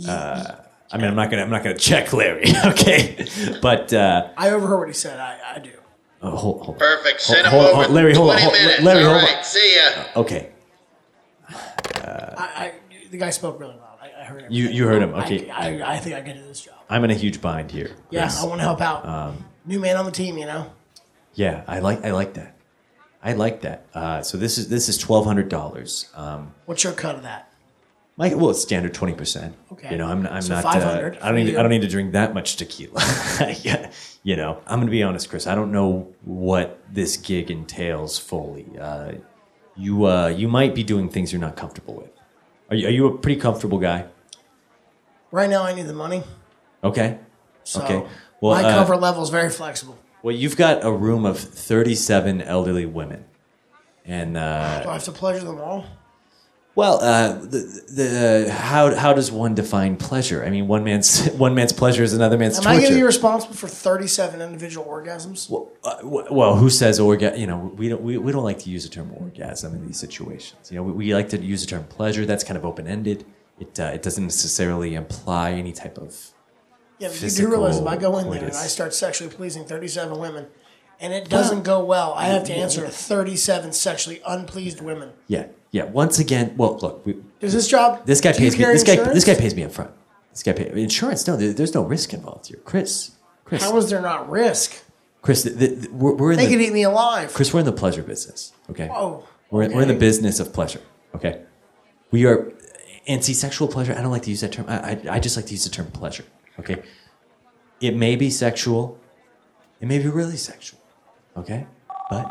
[SPEAKER 10] genitalia?
[SPEAKER 9] I mean, I'm not gonna I'm not gonna check Larry. Okay, but uh,
[SPEAKER 1] I overheard what he said. I, I do.
[SPEAKER 9] oh, hold, hold on.
[SPEAKER 10] Perfect. Send
[SPEAKER 9] Hold-
[SPEAKER 10] him
[SPEAKER 9] hold-
[SPEAKER 10] over.
[SPEAKER 9] hold- Larry, hold on,
[SPEAKER 10] 20
[SPEAKER 9] hold-
[SPEAKER 10] minutes.
[SPEAKER 9] Larry,
[SPEAKER 10] All
[SPEAKER 9] hold on.
[SPEAKER 10] right, See ya.
[SPEAKER 9] Okay,
[SPEAKER 1] I, I, the guy spoke really loud. I, I heard
[SPEAKER 9] You-
[SPEAKER 1] everything.
[SPEAKER 9] you heard him,
[SPEAKER 1] I-
[SPEAKER 9] okay.
[SPEAKER 1] I, I, think I can do this job.
[SPEAKER 9] I'm in a huge bind here.
[SPEAKER 1] Yeah,
[SPEAKER 9] Chris. Um,
[SPEAKER 1] I want to help out. New man on the team, you know?
[SPEAKER 9] Yeah, I like I like that. I like that. Uh, so this is this is twelve hundred dollars. Um,
[SPEAKER 1] What's your cut of that?
[SPEAKER 9] like well, it's standard twenty percent.
[SPEAKER 1] Okay.
[SPEAKER 9] You know, I'm, I'm
[SPEAKER 1] So
[SPEAKER 9] not.
[SPEAKER 1] 500
[SPEAKER 9] Uh, I don't
[SPEAKER 1] for
[SPEAKER 9] even.
[SPEAKER 1] you.
[SPEAKER 9] I don't need to drink that much tequila. yeah. You know, I'm gonna be honest, Chris. I don't know what this gig entails fully. Uh, you uh, you might be doing things you're not comfortable with. Are you, are you a pretty comfortable guy?
[SPEAKER 1] Right now, I need the money.
[SPEAKER 9] Okay.
[SPEAKER 1] So
[SPEAKER 9] okay. Well,
[SPEAKER 1] my
[SPEAKER 9] uh,
[SPEAKER 1] comfort level is very flexible.
[SPEAKER 9] well, you've got a room of 37 elderly women, and uh,
[SPEAKER 1] Do I have to pleasure them all?
[SPEAKER 9] well, uh, the, the how how does one define pleasure? I mean, one man's one man's pleasure is another man's
[SPEAKER 1] Am I
[SPEAKER 9] torture.
[SPEAKER 1] going to be responsible for 37 individual orgasms?
[SPEAKER 9] well, uh, well, who says orgasm? You know, we don't we, we don't like to use the term orgasm in these situations. You know, we, we like to use the term pleasure. That's kind of open ended. It uh, it doesn't necessarily imply any type of
[SPEAKER 1] Yeah, but you do realize if I go in there and
[SPEAKER 9] coitus.
[SPEAKER 1] I start sexually pleasing 37 women and it doesn't go well, I have to answer to 37 sexually unpleased women.
[SPEAKER 9] yeah yeah. Once again, well, look, we,
[SPEAKER 1] Does this job?
[SPEAKER 9] This guy
[SPEAKER 1] do you
[SPEAKER 9] pays me.
[SPEAKER 1] carry
[SPEAKER 9] This guy.
[SPEAKER 1] insurance?
[SPEAKER 9] This guy pays me up front. This guy pay insurance. No, there, there's no risk involved here, Chris. Chris.
[SPEAKER 1] How is there not risk?
[SPEAKER 9] Chris. The, the, the- we're, we're in
[SPEAKER 1] They
[SPEAKER 9] the
[SPEAKER 1] could eat me alive.
[SPEAKER 9] Chris. We're in the pleasure business. Okay.
[SPEAKER 1] Whoa,
[SPEAKER 9] We're, we're in the
[SPEAKER 1] okay.
[SPEAKER 9] business of pleasure. Okay. We are, and see, sexual pleasure. I don't like to use that term. I, I I just like to use the term pleasure. Okay. It may be sexual. It may be really sexual. Okay. But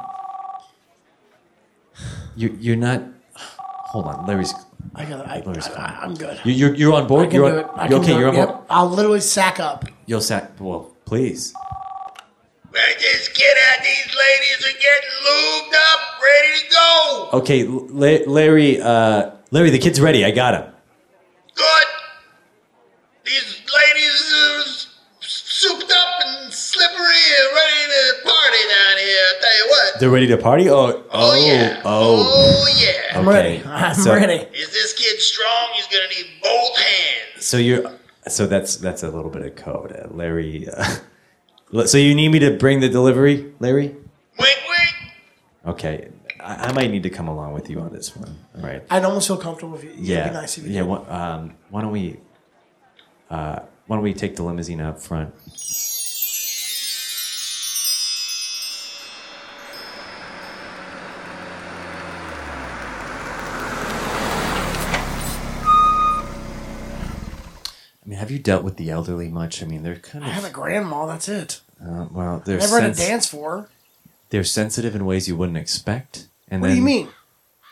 [SPEAKER 9] you're you're not. Hold on, Larry's.
[SPEAKER 1] I got. I,
[SPEAKER 9] Larry's fine.
[SPEAKER 1] I, am good.
[SPEAKER 9] You- You're, you're on
[SPEAKER 1] I
[SPEAKER 9] board.
[SPEAKER 1] can
[SPEAKER 9] You're
[SPEAKER 1] do it. I
[SPEAKER 9] on,
[SPEAKER 1] can
[SPEAKER 9] you're okay.
[SPEAKER 1] do it.
[SPEAKER 9] You're on board.
[SPEAKER 1] Yep. I'll literally sack up.
[SPEAKER 9] You'll sack. Well, please.
[SPEAKER 11] Man, just get at these ladies are getting lubed up, ready to go.
[SPEAKER 9] Okay, L- La- Larry. Uh, Larry, the kid's ready. I got him.
[SPEAKER 11] Good. These ladies are s- souped up and slippery and ready to party down here. I tell you what.
[SPEAKER 9] They're ready to party. Oh,
[SPEAKER 11] Oh, yeah.
[SPEAKER 9] oh.
[SPEAKER 11] Oh yeah.
[SPEAKER 1] I'm
[SPEAKER 9] Okay.
[SPEAKER 1] ready. I'm
[SPEAKER 9] So-
[SPEAKER 1] ready.
[SPEAKER 11] Is this kid strong? He's gonna need both hands.
[SPEAKER 9] So you're. So that's that's a little bit of code, uh, Larry. Uh, l- so you need me to bring the delivery, Larry?
[SPEAKER 11] Wink, wink.
[SPEAKER 9] Okay, I, I might need to come along with you on this one. All right.
[SPEAKER 1] I'd almost feel comfortable if you. Yeah.
[SPEAKER 9] Yeah.
[SPEAKER 1] It'd be nice if you.
[SPEAKER 9] yeah.
[SPEAKER 1] did.
[SPEAKER 9] wha- um, why don't we? Uh, why don't we take the limousine up front? I mean, have you dealt with the elderly much? I mean, they're kind
[SPEAKER 1] I have a
[SPEAKER 9] of
[SPEAKER 1] grandma. That's it.
[SPEAKER 9] uh, well, they're
[SPEAKER 1] Never had a
[SPEAKER 9] sens-
[SPEAKER 1] dance for her.
[SPEAKER 9] they're sensitive in ways you wouldn't expect. And
[SPEAKER 1] What
[SPEAKER 9] then,
[SPEAKER 1] do you mean?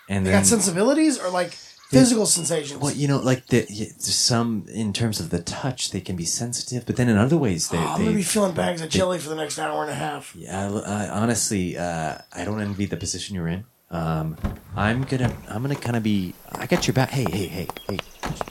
[SPEAKER 9] And
[SPEAKER 1] They
[SPEAKER 9] then,
[SPEAKER 1] got sensibilities or like physical sensations?
[SPEAKER 9] Well, you know, like the y- some in terms of the touch, they can be sensitive, but then in other ways, they.
[SPEAKER 1] Oh, I'm
[SPEAKER 9] they
[SPEAKER 1] gonna be feeling bags of chili for the next hour and a half.
[SPEAKER 9] yeah, I, I, honestly, uh, I don't envy the position you're in. Um, I'm gonna, I'm gonna kind of be. I got your back. Hey, hey, hey, hey!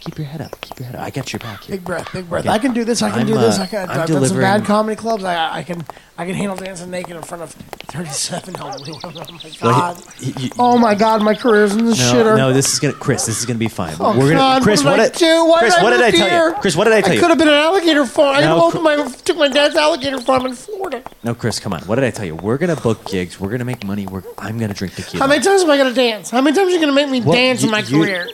[SPEAKER 9] Keep your head up. Keep your head up. I got your back here.
[SPEAKER 1] Big breath, big breath.
[SPEAKER 9] Okay.
[SPEAKER 1] I can do this. I can
[SPEAKER 9] I'm,
[SPEAKER 1] do this.
[SPEAKER 9] uh,
[SPEAKER 1] I can.
[SPEAKER 9] I'm
[SPEAKER 1] I've done some bad
[SPEAKER 9] delivering-
[SPEAKER 1] comedy clubs. I, I can. I can handle dancing naked in front of thirty-seven elderly women. Oh my
[SPEAKER 9] Well,
[SPEAKER 1] god.
[SPEAKER 9] he- he- he-
[SPEAKER 1] oh my god. My career's in the
[SPEAKER 9] no,
[SPEAKER 1] shitter.
[SPEAKER 9] no, this is gonna, Chris. This is gonna be fine.
[SPEAKER 1] Oh,
[SPEAKER 9] We're gonna,
[SPEAKER 1] God,
[SPEAKER 9] Chris.
[SPEAKER 1] what did I do? Why
[SPEAKER 9] Chris,
[SPEAKER 1] did I
[SPEAKER 9] what did I
[SPEAKER 1] live
[SPEAKER 9] tell
[SPEAKER 1] here?
[SPEAKER 9] you? Chris, what did I tell
[SPEAKER 1] I
[SPEAKER 9] you?
[SPEAKER 1] could have been an alligator farm. I
[SPEAKER 9] No,
[SPEAKER 1] no,
[SPEAKER 9] Cr-
[SPEAKER 1] my took my dad's alligator farm in Florida.
[SPEAKER 9] No, Chris, come on. What did I tell you? We're gonna book gigs. We're gonna make money. We're, I'm gonna drink tequila.
[SPEAKER 1] How many times am I gonna dance? How many times are you gonna make me
[SPEAKER 9] Well,
[SPEAKER 1] dance in
[SPEAKER 9] you-
[SPEAKER 1] my
[SPEAKER 9] you-
[SPEAKER 1] career?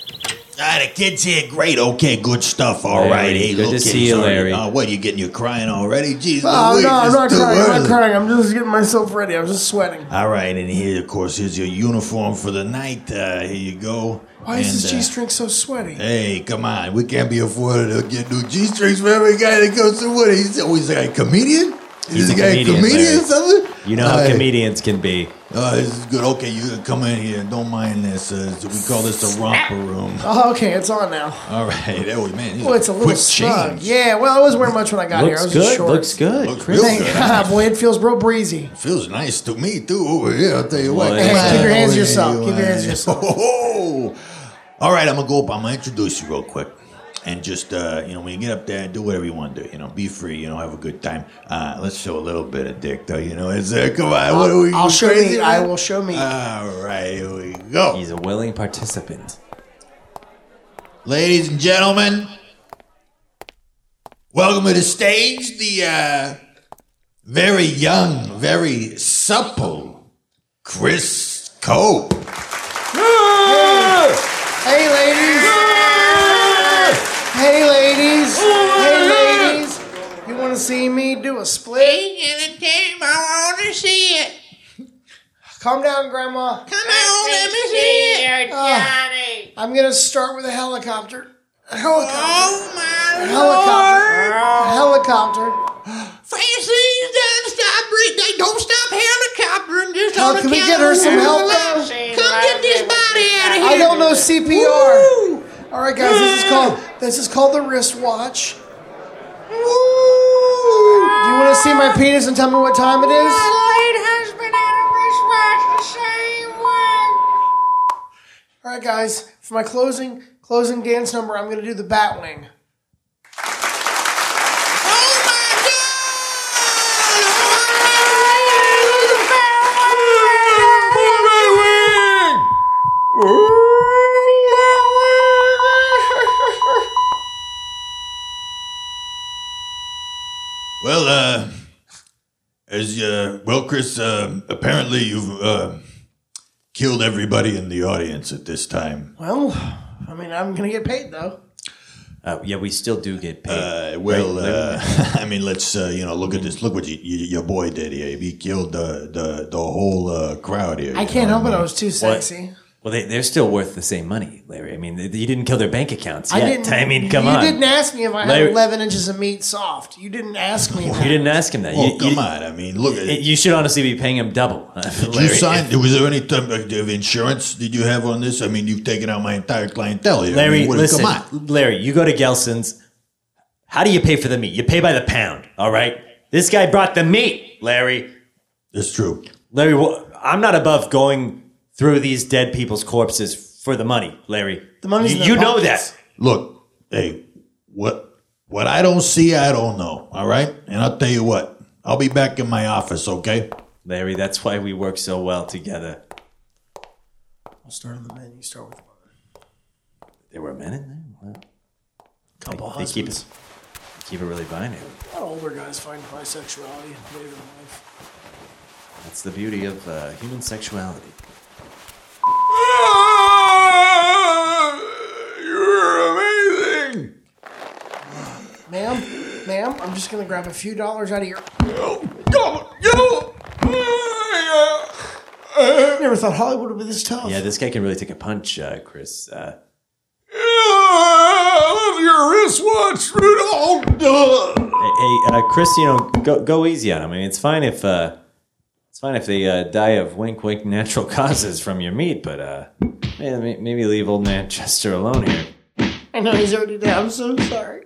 [SPEAKER 10] Ah, the kids here, great. Okay, good stuff. All
[SPEAKER 9] Larry,
[SPEAKER 10] right, Hey,
[SPEAKER 9] good
[SPEAKER 10] little
[SPEAKER 9] to
[SPEAKER 10] kids,
[SPEAKER 9] see you,
[SPEAKER 10] sorry.
[SPEAKER 9] Larry.
[SPEAKER 10] Oh, what you getting? You crying already? Jeez,
[SPEAKER 1] Oh
[SPEAKER 10] Louise,
[SPEAKER 1] no, I'm
[SPEAKER 10] it's
[SPEAKER 1] not
[SPEAKER 10] too
[SPEAKER 1] crying. I'm
[SPEAKER 10] early.
[SPEAKER 1] not crying. I'm just getting myself ready. I'm just sweating.
[SPEAKER 10] All right, and here, of course, here's your uniform for the night. Uh, here you go.
[SPEAKER 1] Why is
[SPEAKER 10] And,
[SPEAKER 1] this
[SPEAKER 10] uh,
[SPEAKER 1] G-string so sweaty?
[SPEAKER 9] eh?
[SPEAKER 10] Hey, come on. We can't be afforded to get new G strings for every guy that goes to what? He's always like a comedian?
[SPEAKER 9] He's
[SPEAKER 10] Is this
[SPEAKER 9] a
[SPEAKER 10] guy
[SPEAKER 9] comedian,
[SPEAKER 10] a comedian or
[SPEAKER 9] Larry.
[SPEAKER 10] something?
[SPEAKER 9] You know how
[SPEAKER 10] Hey,
[SPEAKER 9] comedians can be.
[SPEAKER 10] Oh, this is good. Okay, you can come in here. Don't mind this. Uh, so we call this the romper room.
[SPEAKER 1] Oh, okay, it's on now.
[SPEAKER 9] Um,
[SPEAKER 10] All right. Oh, man. these
[SPEAKER 1] Well,
[SPEAKER 10] are
[SPEAKER 1] it's a little
[SPEAKER 10] quick
[SPEAKER 1] snug.
[SPEAKER 10] change.
[SPEAKER 1] Yeah, well, I wasn't wearing much when I got here. I
[SPEAKER 9] Looks
[SPEAKER 1] was just
[SPEAKER 9] good.
[SPEAKER 1] short.
[SPEAKER 9] Looks good.
[SPEAKER 10] Looks
[SPEAKER 9] Chris.
[SPEAKER 10] real
[SPEAKER 1] Thank God, boy, it feels real breezy.
[SPEAKER 10] Feels nice to me, too, over here. I'll tell you what.
[SPEAKER 9] Well,
[SPEAKER 10] Come
[SPEAKER 9] yeah.
[SPEAKER 10] on
[SPEAKER 9] Keep
[SPEAKER 1] your hands
[SPEAKER 10] over
[SPEAKER 1] to yourself.
[SPEAKER 10] here,
[SPEAKER 1] Keep your
[SPEAKER 10] man.
[SPEAKER 1] hands to yourself.
[SPEAKER 10] Oh, all right, I'm going to go up. I'm going to introduce you real quick. And just, uh, you know, when you get up there, do whatever you want to do. You know, be free. You know, have a good time. Uh, let's show a little bit of dick, though. You know, it's, uh, come on. What are we
[SPEAKER 1] I'll
[SPEAKER 10] you
[SPEAKER 1] show
[SPEAKER 10] crazy,
[SPEAKER 1] me. I
[SPEAKER 10] man?
[SPEAKER 1] will show me.
[SPEAKER 9] Uh,
[SPEAKER 10] All right, here we go.
[SPEAKER 9] He's a willing participant.
[SPEAKER 10] Ladies and gentlemen, welcome to the stage the uh, very young, very supple Chris Cope.
[SPEAKER 1] hey, ladies. Hey, ladies. Hey, ladies. You want and see me do a split?
[SPEAKER 11] Get a tape, I want to see it.
[SPEAKER 1] Calm down, Grandma.
[SPEAKER 11] Come on, let me see it. Oh. Johnny.
[SPEAKER 1] I'm gonna start with a helicopter. A helicopter.
[SPEAKER 11] Oh my
[SPEAKER 1] A helicopter. A helicopter.
[SPEAKER 11] Francine doesn't stop. re- They don't stop helicoptering. Just
[SPEAKER 1] How
[SPEAKER 11] on
[SPEAKER 1] can
[SPEAKER 11] the
[SPEAKER 1] we get her some help, though?
[SPEAKER 11] Come get this body out of here.
[SPEAKER 1] I don't know CPR. All right, guys. This is called. This is called the wristwatch. Do you want to see my penis and tell me what time it
[SPEAKER 11] My
[SPEAKER 1] is?
[SPEAKER 11] late husband had a wristwatch the same way.
[SPEAKER 1] All right, guys. For my closing closing dance number, I'm gonna do the bat wing.
[SPEAKER 11] Oh my God!
[SPEAKER 2] Well, uh, as uh, well, Chris. Uh, apparently, you've uh, killed everybody in the audience at this time.
[SPEAKER 1] Well, I mean, I'm gonna get paid though.
[SPEAKER 9] Uh, yeah, we still do get paid.
[SPEAKER 2] Uh, well, uh, I mean, let's uh, you know look at this. Look what you, you, your boy did here. He killed the the, the whole uh, crowd here.
[SPEAKER 1] I
[SPEAKER 2] you
[SPEAKER 1] can't
[SPEAKER 2] know
[SPEAKER 1] help it.
[SPEAKER 2] what
[SPEAKER 1] I was too sexy.
[SPEAKER 9] well, they, they're still worth the same money, Larry. I mean, they, you didn't kill their bank accounts
[SPEAKER 1] I
[SPEAKER 9] yet.
[SPEAKER 1] didn't.
[SPEAKER 9] I mean, come
[SPEAKER 1] you
[SPEAKER 9] on.
[SPEAKER 1] didn't ask me if I had
[SPEAKER 9] Larry-
[SPEAKER 1] 11 inches of meat soft. You didn't ask me.
[SPEAKER 9] you didn't ask him that.
[SPEAKER 2] Well,
[SPEAKER 9] you,
[SPEAKER 2] Oh, come
[SPEAKER 9] you,
[SPEAKER 2] on. I mean, look at
[SPEAKER 9] it- you should honestly be paying him double. uh,
[SPEAKER 2] Did you sign? Was there any type of insurance? Did you have on this? I mean, you've taken out my entire clientele here. I
[SPEAKER 9] Larry,
[SPEAKER 2] mean, what-
[SPEAKER 9] listen,
[SPEAKER 2] Come on.
[SPEAKER 9] Larry, you go to Gelson's. How do you pay for the meat? You pay by the pound, all right? This guy brought the meat, Larry.
[SPEAKER 2] It's true.
[SPEAKER 9] Larry, wh- I'm not above going through these dead people's corpses for the money, Larry. The
[SPEAKER 1] money's in
[SPEAKER 9] you,
[SPEAKER 1] their
[SPEAKER 9] you know
[SPEAKER 1] pockets.
[SPEAKER 9] that.
[SPEAKER 2] Look, hey, what what I don't see, I don't know. All right, and I'll tell you what. I'll be back in my office. Okay.
[SPEAKER 9] Larry, that's why we work so well together.
[SPEAKER 1] I'll start on the men. You start with one.
[SPEAKER 9] There were men in there? Wow.
[SPEAKER 1] Couple
[SPEAKER 9] They keep
[SPEAKER 1] husbands.
[SPEAKER 9] it, they keep it really violent.
[SPEAKER 1] A lot of older guys find bisexuality later in life.
[SPEAKER 9] That's the beauty of uh, human sexuality.
[SPEAKER 2] You're amazing.
[SPEAKER 1] Ma'am, ma'am, I'm just gonna grab a few dollars out of your. I never thought Hollywood would be this tough.
[SPEAKER 9] Yeah, this guy can really take a punch, uh, Chris. Uh, I love your wristwatch, Rudolph. Hey, hey, uh, Chris, you know, go go easy on him. I mean, it's fine if uh, it's fine if they uh, die of wink wink natural causes from your meat, but uh, man, may- maybe leave old Manchester alone here.
[SPEAKER 1] I know he's already dead. I'm so sorry.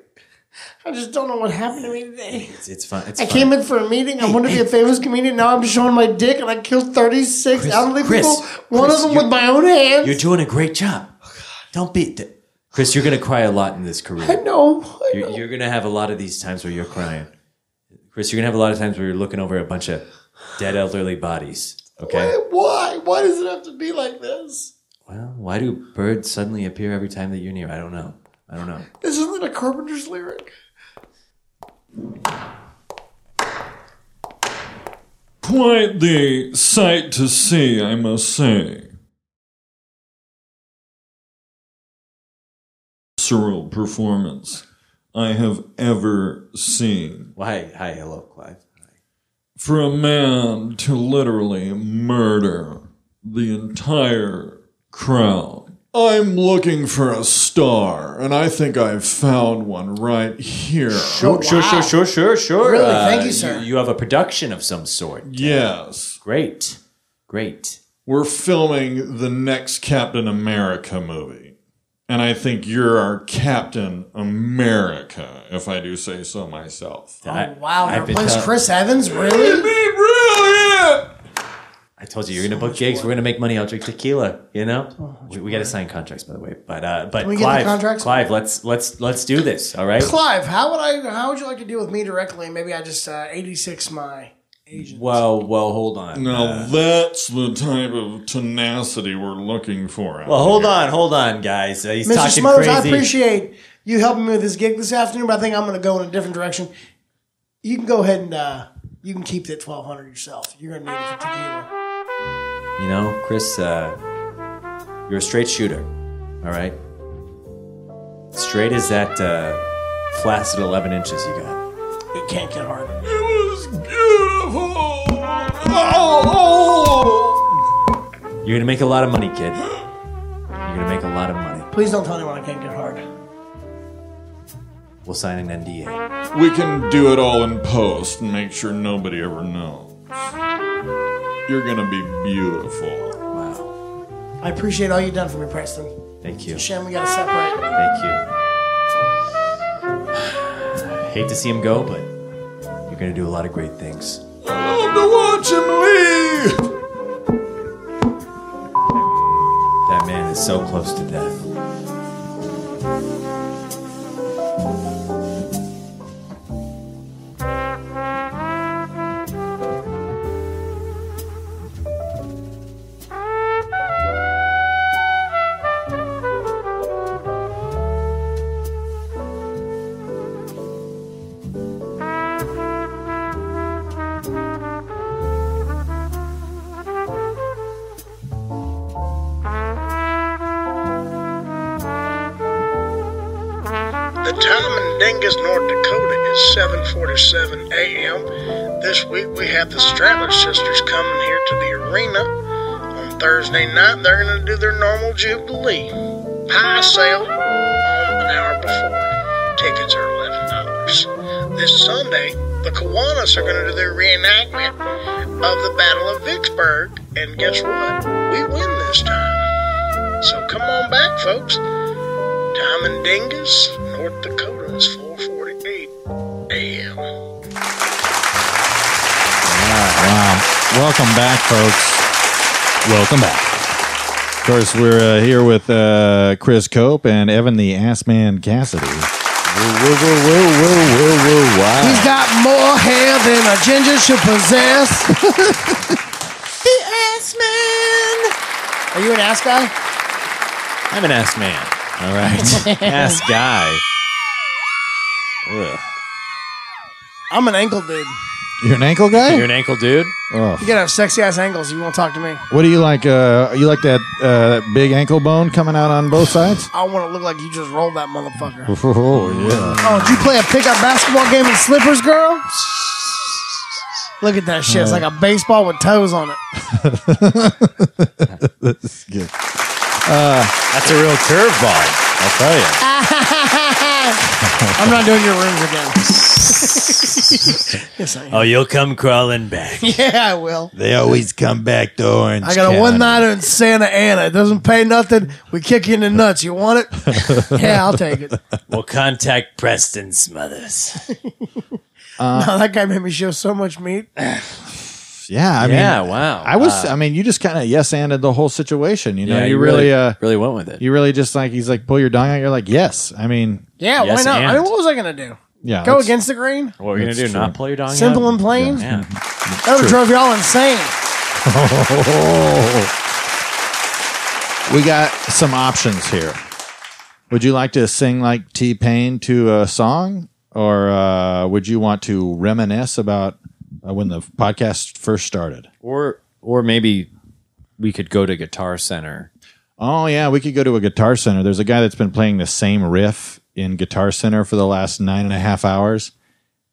[SPEAKER 1] I just don't know what happened to me today.
[SPEAKER 9] It's it's fine. It's
[SPEAKER 1] I
[SPEAKER 9] fine.
[SPEAKER 1] came in for a meeting. I wanted to be a famous comedian. Now I'm showing my dick, and I killed 36 elderly
[SPEAKER 9] Chris,
[SPEAKER 1] people. One
[SPEAKER 9] Chris,
[SPEAKER 1] of them
[SPEAKER 9] you-
[SPEAKER 1] with my own hands.
[SPEAKER 9] You're doing a great job.
[SPEAKER 1] Oh,
[SPEAKER 9] Don't be, d- Chris. You're gonna cry a lot in this career.
[SPEAKER 1] I know. I
[SPEAKER 9] You're,
[SPEAKER 1] know.
[SPEAKER 9] you're gonna have a lot of these times where you're crying, Chris. You're gonna have a lot of times where you're looking over a bunch of dead elderly bodies. Okay.
[SPEAKER 1] Why? Why does it have to be like this?
[SPEAKER 9] Well, why do birds suddenly appear every time that you're near? I don't know. I don't know.
[SPEAKER 1] This isn't a Carpenter's lyric.
[SPEAKER 12] Quite the sight to see, I must say. Visceral performance I have ever seen.
[SPEAKER 9] Why? Hi, hello, Clive.
[SPEAKER 12] For a man to literally murder the entire crowd. I'm looking for a star, and I think I've found one right here.
[SPEAKER 9] Sure, sure, sure, sure, sure, sure.
[SPEAKER 1] Oh,
[SPEAKER 9] Uh,
[SPEAKER 1] Really? Thank you, sir.
[SPEAKER 9] You, you have a production of some sort.
[SPEAKER 12] Yes.
[SPEAKER 9] Great, great.
[SPEAKER 12] we're filming the next Captain America movie. And I think you're our Captain America, if I do say so myself.
[SPEAKER 1] Oh,
[SPEAKER 9] I,
[SPEAKER 1] Wow,
[SPEAKER 9] I've been
[SPEAKER 1] replace
[SPEAKER 9] tell-
[SPEAKER 1] Chris Evans? Really?
[SPEAKER 9] I told you you're gonna book gigs. We're gonna make money. I'll drink tequila. You know, we, we got to sign contracts, by the way. But uh, but
[SPEAKER 1] we get the
[SPEAKER 9] Clive,
[SPEAKER 1] contracts?
[SPEAKER 9] Clive, let's let's let's do this. All right.
[SPEAKER 1] Clive, how would I? How would you like to deal with me directly? Maybe I just uh, 86 my agent.
[SPEAKER 9] Well, well, hold on.
[SPEAKER 12] Now,
[SPEAKER 9] Uh,
[SPEAKER 12] that's the type of tenacity we're looking for. out
[SPEAKER 9] well, hold
[SPEAKER 12] here.
[SPEAKER 9] on, hold on, guys. Uh, he's
[SPEAKER 1] Mr.
[SPEAKER 9] talking
[SPEAKER 1] Smothers,
[SPEAKER 9] crazy.
[SPEAKER 1] I appreciate you helping me with this gig this afternoon, but I think I'm going to go in a different direction. You can go ahead and uh, you can keep that 1200 yourself. You're going to need it for tequila.
[SPEAKER 9] You know, Chris, uh, you're a straight shooter, all right? Straight as that uh, flaccid 11 inches you got.
[SPEAKER 1] You can't get hard.
[SPEAKER 9] You're gonna make a lot of money, kid. You're gonna make a lot of money.
[SPEAKER 1] Please don't tell anyone I can't get hard.
[SPEAKER 9] We'll sign an NDA.
[SPEAKER 12] We can do it all in post and make sure nobody ever knows. You're gonna be beautiful. Wow.
[SPEAKER 1] I appreciate all you've done for me, Preston.
[SPEAKER 9] Thank
[SPEAKER 1] It's
[SPEAKER 9] you.
[SPEAKER 1] a shame we gotta separate.
[SPEAKER 9] Thank you. Hate to see him go, but you're gonna do a lot of great things.
[SPEAKER 12] I love to watch him leave.
[SPEAKER 9] That man is so close to death.
[SPEAKER 1] The time in Dingus, North Dakota is 7:47 a.m. This week we have the Stratler sisters coming here to the arena on Thursday night. They're going to do their normal jubilee pie sale on an hour before. Tickets are eleven dollars. This Sunday, the Kiwanis are going to do their reenactment of the Battle of Vicksburg, and guess what? We win this time. So come on back, folks. Time in Dingus, North Dakota is 4:48 a.m.
[SPEAKER 4] Wow. Welcome back, folks. Welcome back. Of course, we're uh, here with uh, Chris Cope and Evan the Ass Man Cassidy. Woo, woo, woo, woo, woo, woo, woo, wow.
[SPEAKER 1] He's got more hair than a ginger should possess. the ass man. Are you an ass guy?
[SPEAKER 9] I'm an ass man. All right. ass guy. Ugh.
[SPEAKER 1] I'm an ankle dude.
[SPEAKER 4] You're an ankle guy?
[SPEAKER 9] You're an ankle dude?
[SPEAKER 4] Oh.
[SPEAKER 1] You gotta have sexy ass ankles. You won't talk to me.
[SPEAKER 4] What do you like? Uh, you like that uh, big ankle bone coming out on both sides?
[SPEAKER 1] I want to look like you just rolled that motherfucker.
[SPEAKER 4] Oh, yeah.
[SPEAKER 1] Oh, did you play a pickup basketball game in slippers, girl? Look at that shit. It's like a baseball with toes on it.
[SPEAKER 4] That's good. Uh,
[SPEAKER 9] That's a real curveball.
[SPEAKER 4] I'll tell you.
[SPEAKER 1] I'm not doing your rooms again. yes, I am.
[SPEAKER 9] Oh, you'll come crawling back.
[SPEAKER 1] Yeah, I will.
[SPEAKER 2] They always come back to Orange.
[SPEAKER 1] I got a
[SPEAKER 2] County.
[SPEAKER 1] one nighter in Santa Ana. It doesn't pay nothing. We kick you in the nuts. You want it? yeah, I'll take it.
[SPEAKER 9] We'll contact Preston Smothers.
[SPEAKER 1] no, that guy made me show so much meat.
[SPEAKER 4] Yeah, I
[SPEAKER 9] Yeah,
[SPEAKER 4] mean,
[SPEAKER 9] wow.
[SPEAKER 4] I was,
[SPEAKER 9] Uh,
[SPEAKER 4] I mean, you just kind of yes anded the whole situation. You know,
[SPEAKER 9] Yeah,
[SPEAKER 4] you,
[SPEAKER 9] you
[SPEAKER 4] really,
[SPEAKER 9] really-
[SPEAKER 4] uh,
[SPEAKER 9] really went with it.
[SPEAKER 4] You really just like he's like pull your dong out. You're like, yes. I mean,
[SPEAKER 1] Yeah,
[SPEAKER 9] Yes,
[SPEAKER 1] why not? I mean,
[SPEAKER 9] and.
[SPEAKER 1] what was I gonna do?
[SPEAKER 4] yeah,
[SPEAKER 1] Go
[SPEAKER 4] that's-
[SPEAKER 1] against the grain?
[SPEAKER 9] What are you going
[SPEAKER 4] That's
[SPEAKER 9] to do?
[SPEAKER 4] true.
[SPEAKER 9] Not play your dong
[SPEAKER 1] Simple
[SPEAKER 9] out?
[SPEAKER 1] and plain.
[SPEAKER 9] Yeah.
[SPEAKER 1] That would have drove y'all insane.
[SPEAKER 4] we got some options here. Would you like to sing like T Pain to a song, or uh, would you want to reminisce about uh, when the podcast first started?
[SPEAKER 9] Or, or maybe we could go to Guitar Center.
[SPEAKER 4] Oh yeah, we could go to a Guitar Center. There's a guy that's been playing the same riff in Guitar Center for the last nine and a half hours.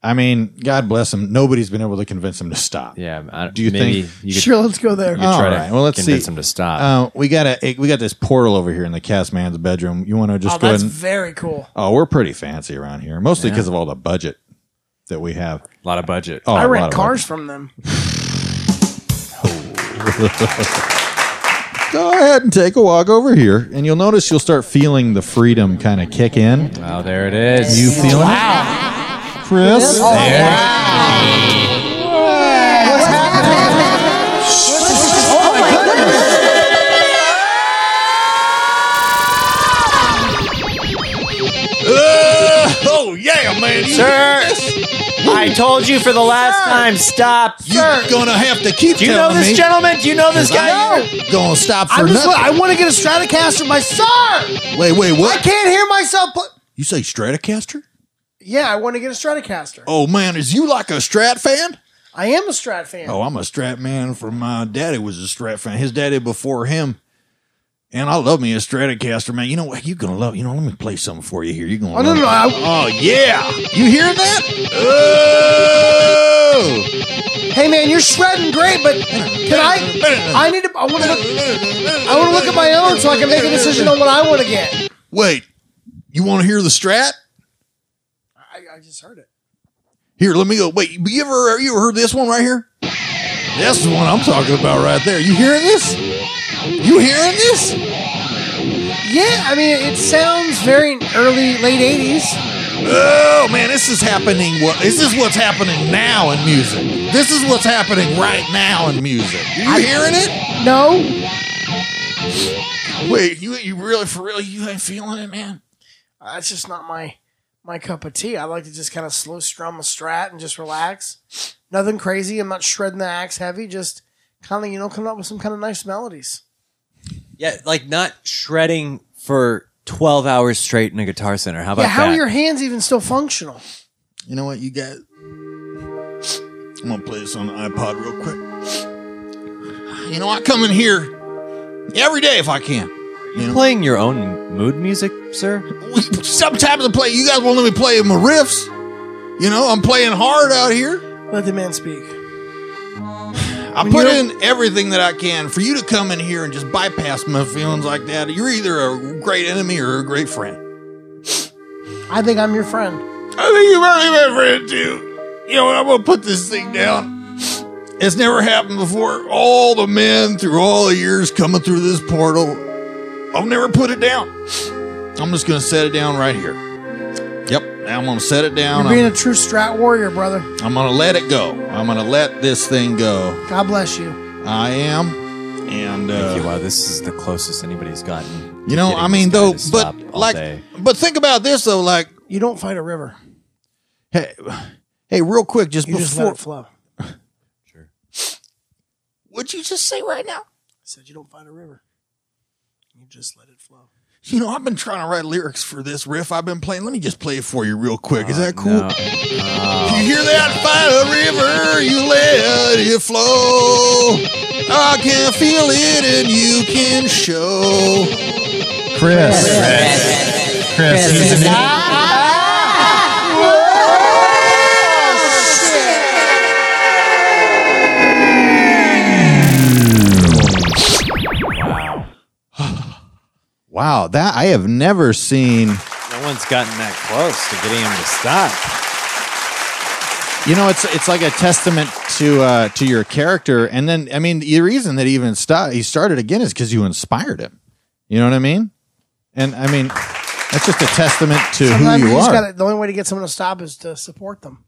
[SPEAKER 4] I mean, God bless him. Nobody's been able to convince him to stop.
[SPEAKER 9] Yeah. I,
[SPEAKER 4] Do you
[SPEAKER 9] maybe
[SPEAKER 4] think-
[SPEAKER 9] you could,
[SPEAKER 1] Sure, let's go there.
[SPEAKER 9] you could
[SPEAKER 4] All
[SPEAKER 9] try
[SPEAKER 4] right,
[SPEAKER 9] to
[SPEAKER 4] well, let's
[SPEAKER 9] convince
[SPEAKER 4] see.
[SPEAKER 9] him to stop?
[SPEAKER 4] Uh, we got a we got this portal over here in the cast man's bedroom. You want to just
[SPEAKER 1] oh,
[SPEAKER 4] go ahead
[SPEAKER 1] that's
[SPEAKER 4] and
[SPEAKER 1] very cool.
[SPEAKER 4] Oh, we're pretty fancy around here, mostly because of all the budget that we have.
[SPEAKER 9] a lot of budget.
[SPEAKER 4] Oh,
[SPEAKER 1] I
[SPEAKER 4] a lot
[SPEAKER 1] rent
[SPEAKER 4] of
[SPEAKER 1] cars from them.
[SPEAKER 4] budget. Go ahead and take a walk over here, and you'll notice you'll start feeling the freedom kind of kick in.
[SPEAKER 9] Oh, there it is.
[SPEAKER 4] You feeling it, Chris?
[SPEAKER 9] Oh,
[SPEAKER 2] Oh yeah, man! You-
[SPEAKER 9] I told you for the last time, stop.
[SPEAKER 2] You're gonna have to keep
[SPEAKER 9] Do you know
[SPEAKER 2] telling
[SPEAKER 9] this
[SPEAKER 2] me.
[SPEAKER 9] gentleman? Do you know this guy?
[SPEAKER 2] Gonna stop for
[SPEAKER 1] I'm just,
[SPEAKER 2] nothing.
[SPEAKER 1] I want to get a Stratocaster myself.
[SPEAKER 2] wait, wait,
[SPEAKER 1] I
[SPEAKER 2] what?
[SPEAKER 1] can't hear myself. Pl-
[SPEAKER 2] You say Stratocaster?
[SPEAKER 1] yeah, I want to get a Stratocaster.
[SPEAKER 2] Oh man, is you like a Strat fan?
[SPEAKER 1] I am a Strat fan.
[SPEAKER 2] Oh, I'm a Strat man. From my daddy was a Strat fan. His daddy before him, And I love me a Stratocaster, man. You know what? You're gonna love. You know, let me play something for you here. You're gonna.
[SPEAKER 1] Oh, no,
[SPEAKER 2] love
[SPEAKER 1] no,
[SPEAKER 2] it.
[SPEAKER 1] no, I-
[SPEAKER 2] oh yeah. You hear that? Oh.
[SPEAKER 1] Hey man, you're shredding great, but can I? I need to. I want to look. I want to look at my own so I can make a decision on what I want to get.
[SPEAKER 2] Wait. You want to hear the Strat?
[SPEAKER 1] I, I just heard it.
[SPEAKER 2] Here, let me go. Wait. You ever you ever heard this one right here? That's the one I'm talking about right there. You hearing this? You hearing this?
[SPEAKER 1] Yeah, I mean, it sounds very early, late '80s.
[SPEAKER 2] Oh man, this is happening. What this is what's happening now in music. This is what's happening right now in music. You hearing it?
[SPEAKER 1] No,
[SPEAKER 2] Wait, you you really for real you ain't feeling it, man?
[SPEAKER 1] that's just not my my cup of tea. I like to just kind of slow strum a strat and just relax. Nothing crazy. I'm not shredding the axe heavy. Just kind of, you know, coming up with some kind of nice melodies.
[SPEAKER 9] Yeah, like not shredding for 12 hours straight in a guitar center. How about
[SPEAKER 1] yeah, how
[SPEAKER 9] that?
[SPEAKER 1] are your hands even still functional?
[SPEAKER 2] You know what you got? I'm gonna play this on the iPod real quick. You know I come in here every day if I can. You know?
[SPEAKER 9] playing your own mood music, sir?
[SPEAKER 2] Sometimes I play. You guys won't let me play my riffs. You know I'm playing hard out here.
[SPEAKER 1] Let the man speak.
[SPEAKER 2] I put in everything that I can for you to come in here and just bypass my feelings like that. You're either a great enemy or a great friend.
[SPEAKER 1] I think I'm your friend.
[SPEAKER 2] I think you're very my friend too. You know, I'm gonna put this thing down. It's never happened before. All the men through all the years coming through this portal, I've never put it down. I'm just gonna set it down right here. Yep, now I'm gonna set it down.
[SPEAKER 1] You're being
[SPEAKER 2] I'm,
[SPEAKER 1] a true strat warrior, brother.
[SPEAKER 2] I'm gonna let it go. I'm gonna let this thing go.
[SPEAKER 1] God bless you.
[SPEAKER 2] I am, and uh,
[SPEAKER 9] Thank you. Wow, this is the closest anybody's gotten.
[SPEAKER 2] You know,
[SPEAKER 9] Getting
[SPEAKER 2] I mean,
[SPEAKER 9] this guy
[SPEAKER 2] though,
[SPEAKER 9] to
[SPEAKER 2] but
[SPEAKER 9] stop all
[SPEAKER 2] like,
[SPEAKER 9] day.
[SPEAKER 2] but think about this though. Like,
[SPEAKER 1] You don't fight a river.
[SPEAKER 2] hey, hey, real quick, just
[SPEAKER 1] You
[SPEAKER 2] before,
[SPEAKER 1] just let it flow.
[SPEAKER 2] what'd you just say right now?
[SPEAKER 1] I said you don't fight a river. You just let it flow.
[SPEAKER 2] You know, I've been trying to write lyrics for this riff I've been playing. Let me just play it for you real quick. Is
[SPEAKER 4] Uh,
[SPEAKER 2] that cool?
[SPEAKER 9] No.
[SPEAKER 2] You hear that fire river? You let it flow. I can feel it, and you can show.
[SPEAKER 4] Chris. Chris. he's an- Wow, that I have never seen.
[SPEAKER 9] No one's gotten that close to getting him to stop.
[SPEAKER 4] You know, it's it's like a testament to uh, to your character, and then I mean, the reason that he even sta- he started again is because you inspired him. You know what I mean? And I mean, that's just a testament to
[SPEAKER 1] Sometimes
[SPEAKER 4] who you,
[SPEAKER 1] just
[SPEAKER 4] are.
[SPEAKER 1] gotta- the only way to get someone to stop is to support them.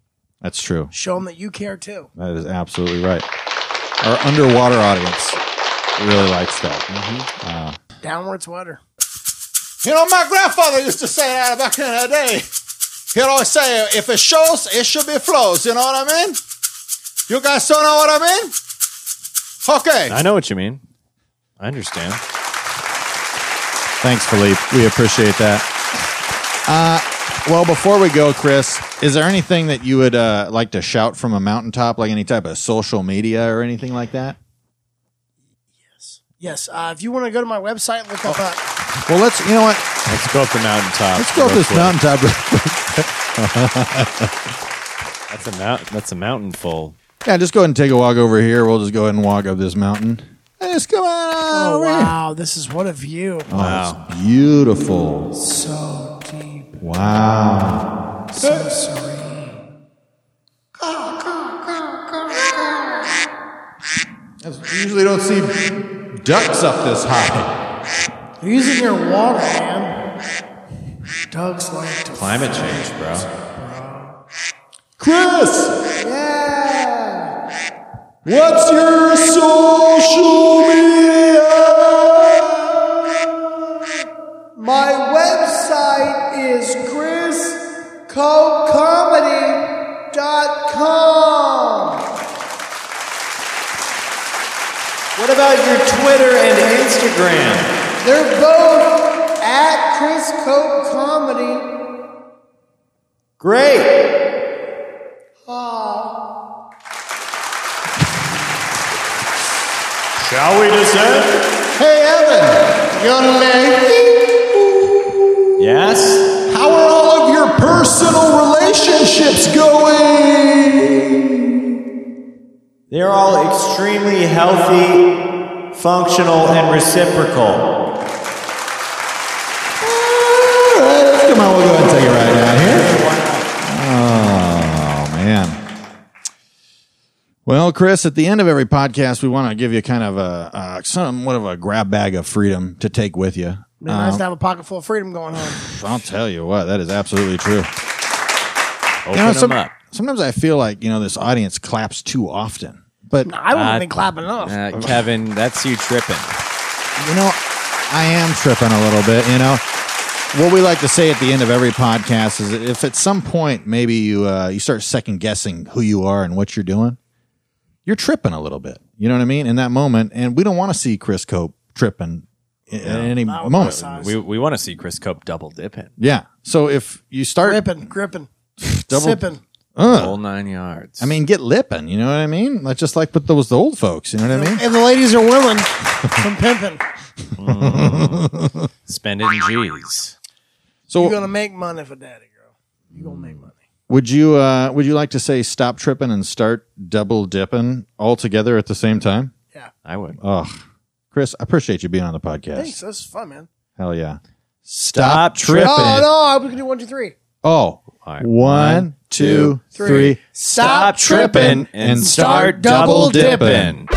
[SPEAKER 4] That's true.
[SPEAKER 1] Show them that you care too.
[SPEAKER 4] That is absolutely right. Our underwater audience really likes that. Uh,
[SPEAKER 1] Downward sweater.
[SPEAKER 2] You know, my grandfather used to say that back in the day. He'd always say, if it shows, it should be flows. You know what I mean? You guys don't know what I mean? Okay.
[SPEAKER 9] I know what you mean. I understand.
[SPEAKER 4] Thanks, Philippe. We appreciate that. Uh, well, before we go, Chris, is there anything that you would uh, like to shout from a mountaintop, like any type of social media or anything like that?
[SPEAKER 1] Yes. Uh, if you want to go to my website, look up.
[SPEAKER 4] Oh.
[SPEAKER 1] Uh,
[SPEAKER 4] Well, let's. You know what?
[SPEAKER 9] Let's go up the mountaintop.
[SPEAKER 4] Let's go up
[SPEAKER 9] real
[SPEAKER 4] this
[SPEAKER 9] quick.
[SPEAKER 4] mountaintop.
[SPEAKER 9] That's a mountain. That's a mountain full.
[SPEAKER 4] yeah, just go ahead and take a walk over here. We'll just go ahead and walk up this mountain. Let's go on
[SPEAKER 1] oh
[SPEAKER 4] over here.
[SPEAKER 1] wow, this is what a view.
[SPEAKER 4] Oh, it's beautiful.
[SPEAKER 1] So deep,
[SPEAKER 4] Wow.
[SPEAKER 1] so serene.
[SPEAKER 4] You usually don't see ducks up this high.
[SPEAKER 1] You're using your water, man. Dogs like to.
[SPEAKER 9] Climate change, bro.
[SPEAKER 11] Chris,
[SPEAKER 1] Yeah.
[SPEAKER 11] what's your social media?
[SPEAKER 1] My website is chriscocomedy.com.
[SPEAKER 9] What about your Twitter and Instagram?
[SPEAKER 1] They're both at Chris Cope Comedy.
[SPEAKER 9] Great.
[SPEAKER 11] Shall we descend?
[SPEAKER 4] Hey, Evan.
[SPEAKER 9] Yes?
[SPEAKER 11] How are all of your personal relationships going?
[SPEAKER 9] They're all extremely healthy, functional, and reciprocal.
[SPEAKER 12] Come on, we'll go ahead and take it right down here.
[SPEAKER 4] Oh, man. Well, Chris, at the end of every podcast, we want to give you kind of a uh, somewhat of a grab bag of freedom to take with you.
[SPEAKER 1] Be nice
[SPEAKER 4] Uh,
[SPEAKER 1] to have a pocket full of freedom going on.
[SPEAKER 4] I'll tell you what, that is absolutely true.
[SPEAKER 1] Open
[SPEAKER 4] some-
[SPEAKER 1] 'em up.
[SPEAKER 4] Sometimes I feel like you know this audience claps too often, but
[SPEAKER 1] I wouldn't have been clapping enough.
[SPEAKER 13] Uh, Kevin, that's you tripping.
[SPEAKER 4] you know, I am tripping a little bit, you know. What we like to say at the end of every podcast is if at some point maybe you uh, you start second guessing who you are and what you're doing, you're tripping a little bit. You know what I mean? In that moment, and we don't want to see Chris Cope tripping i- at any moment.
[SPEAKER 13] We, we want to see Chris Cope double dipping.
[SPEAKER 4] Yeah. So if you start
[SPEAKER 1] Ripping, gripping,
[SPEAKER 4] Double-
[SPEAKER 1] sipping.
[SPEAKER 4] Ugh.
[SPEAKER 13] Whole nine yards.
[SPEAKER 4] I mean, get lipping. You know what I mean? Like just like with those the old folks. You know what I mean?
[SPEAKER 1] If the ladies are willing, some pimping.
[SPEAKER 13] Spend it in G's.
[SPEAKER 4] So-
[SPEAKER 1] you're gonna make money for daddy, girl. You gonna make money.
[SPEAKER 4] Would you uh, would you like to say stop tripping and start double dipping all together at the same time?
[SPEAKER 1] Yeah.
[SPEAKER 13] I would.
[SPEAKER 4] Ugh. Chris, I appreciate you being on the podcast.
[SPEAKER 1] Thanks. That's fun, man.
[SPEAKER 4] Hell yeah.
[SPEAKER 13] Stop
[SPEAKER 4] tripping.
[SPEAKER 1] Oh no, I- we can do one, two, three.
[SPEAKER 4] Oh, one, two, three.
[SPEAKER 1] Stop
[SPEAKER 4] tripping and start double dipping.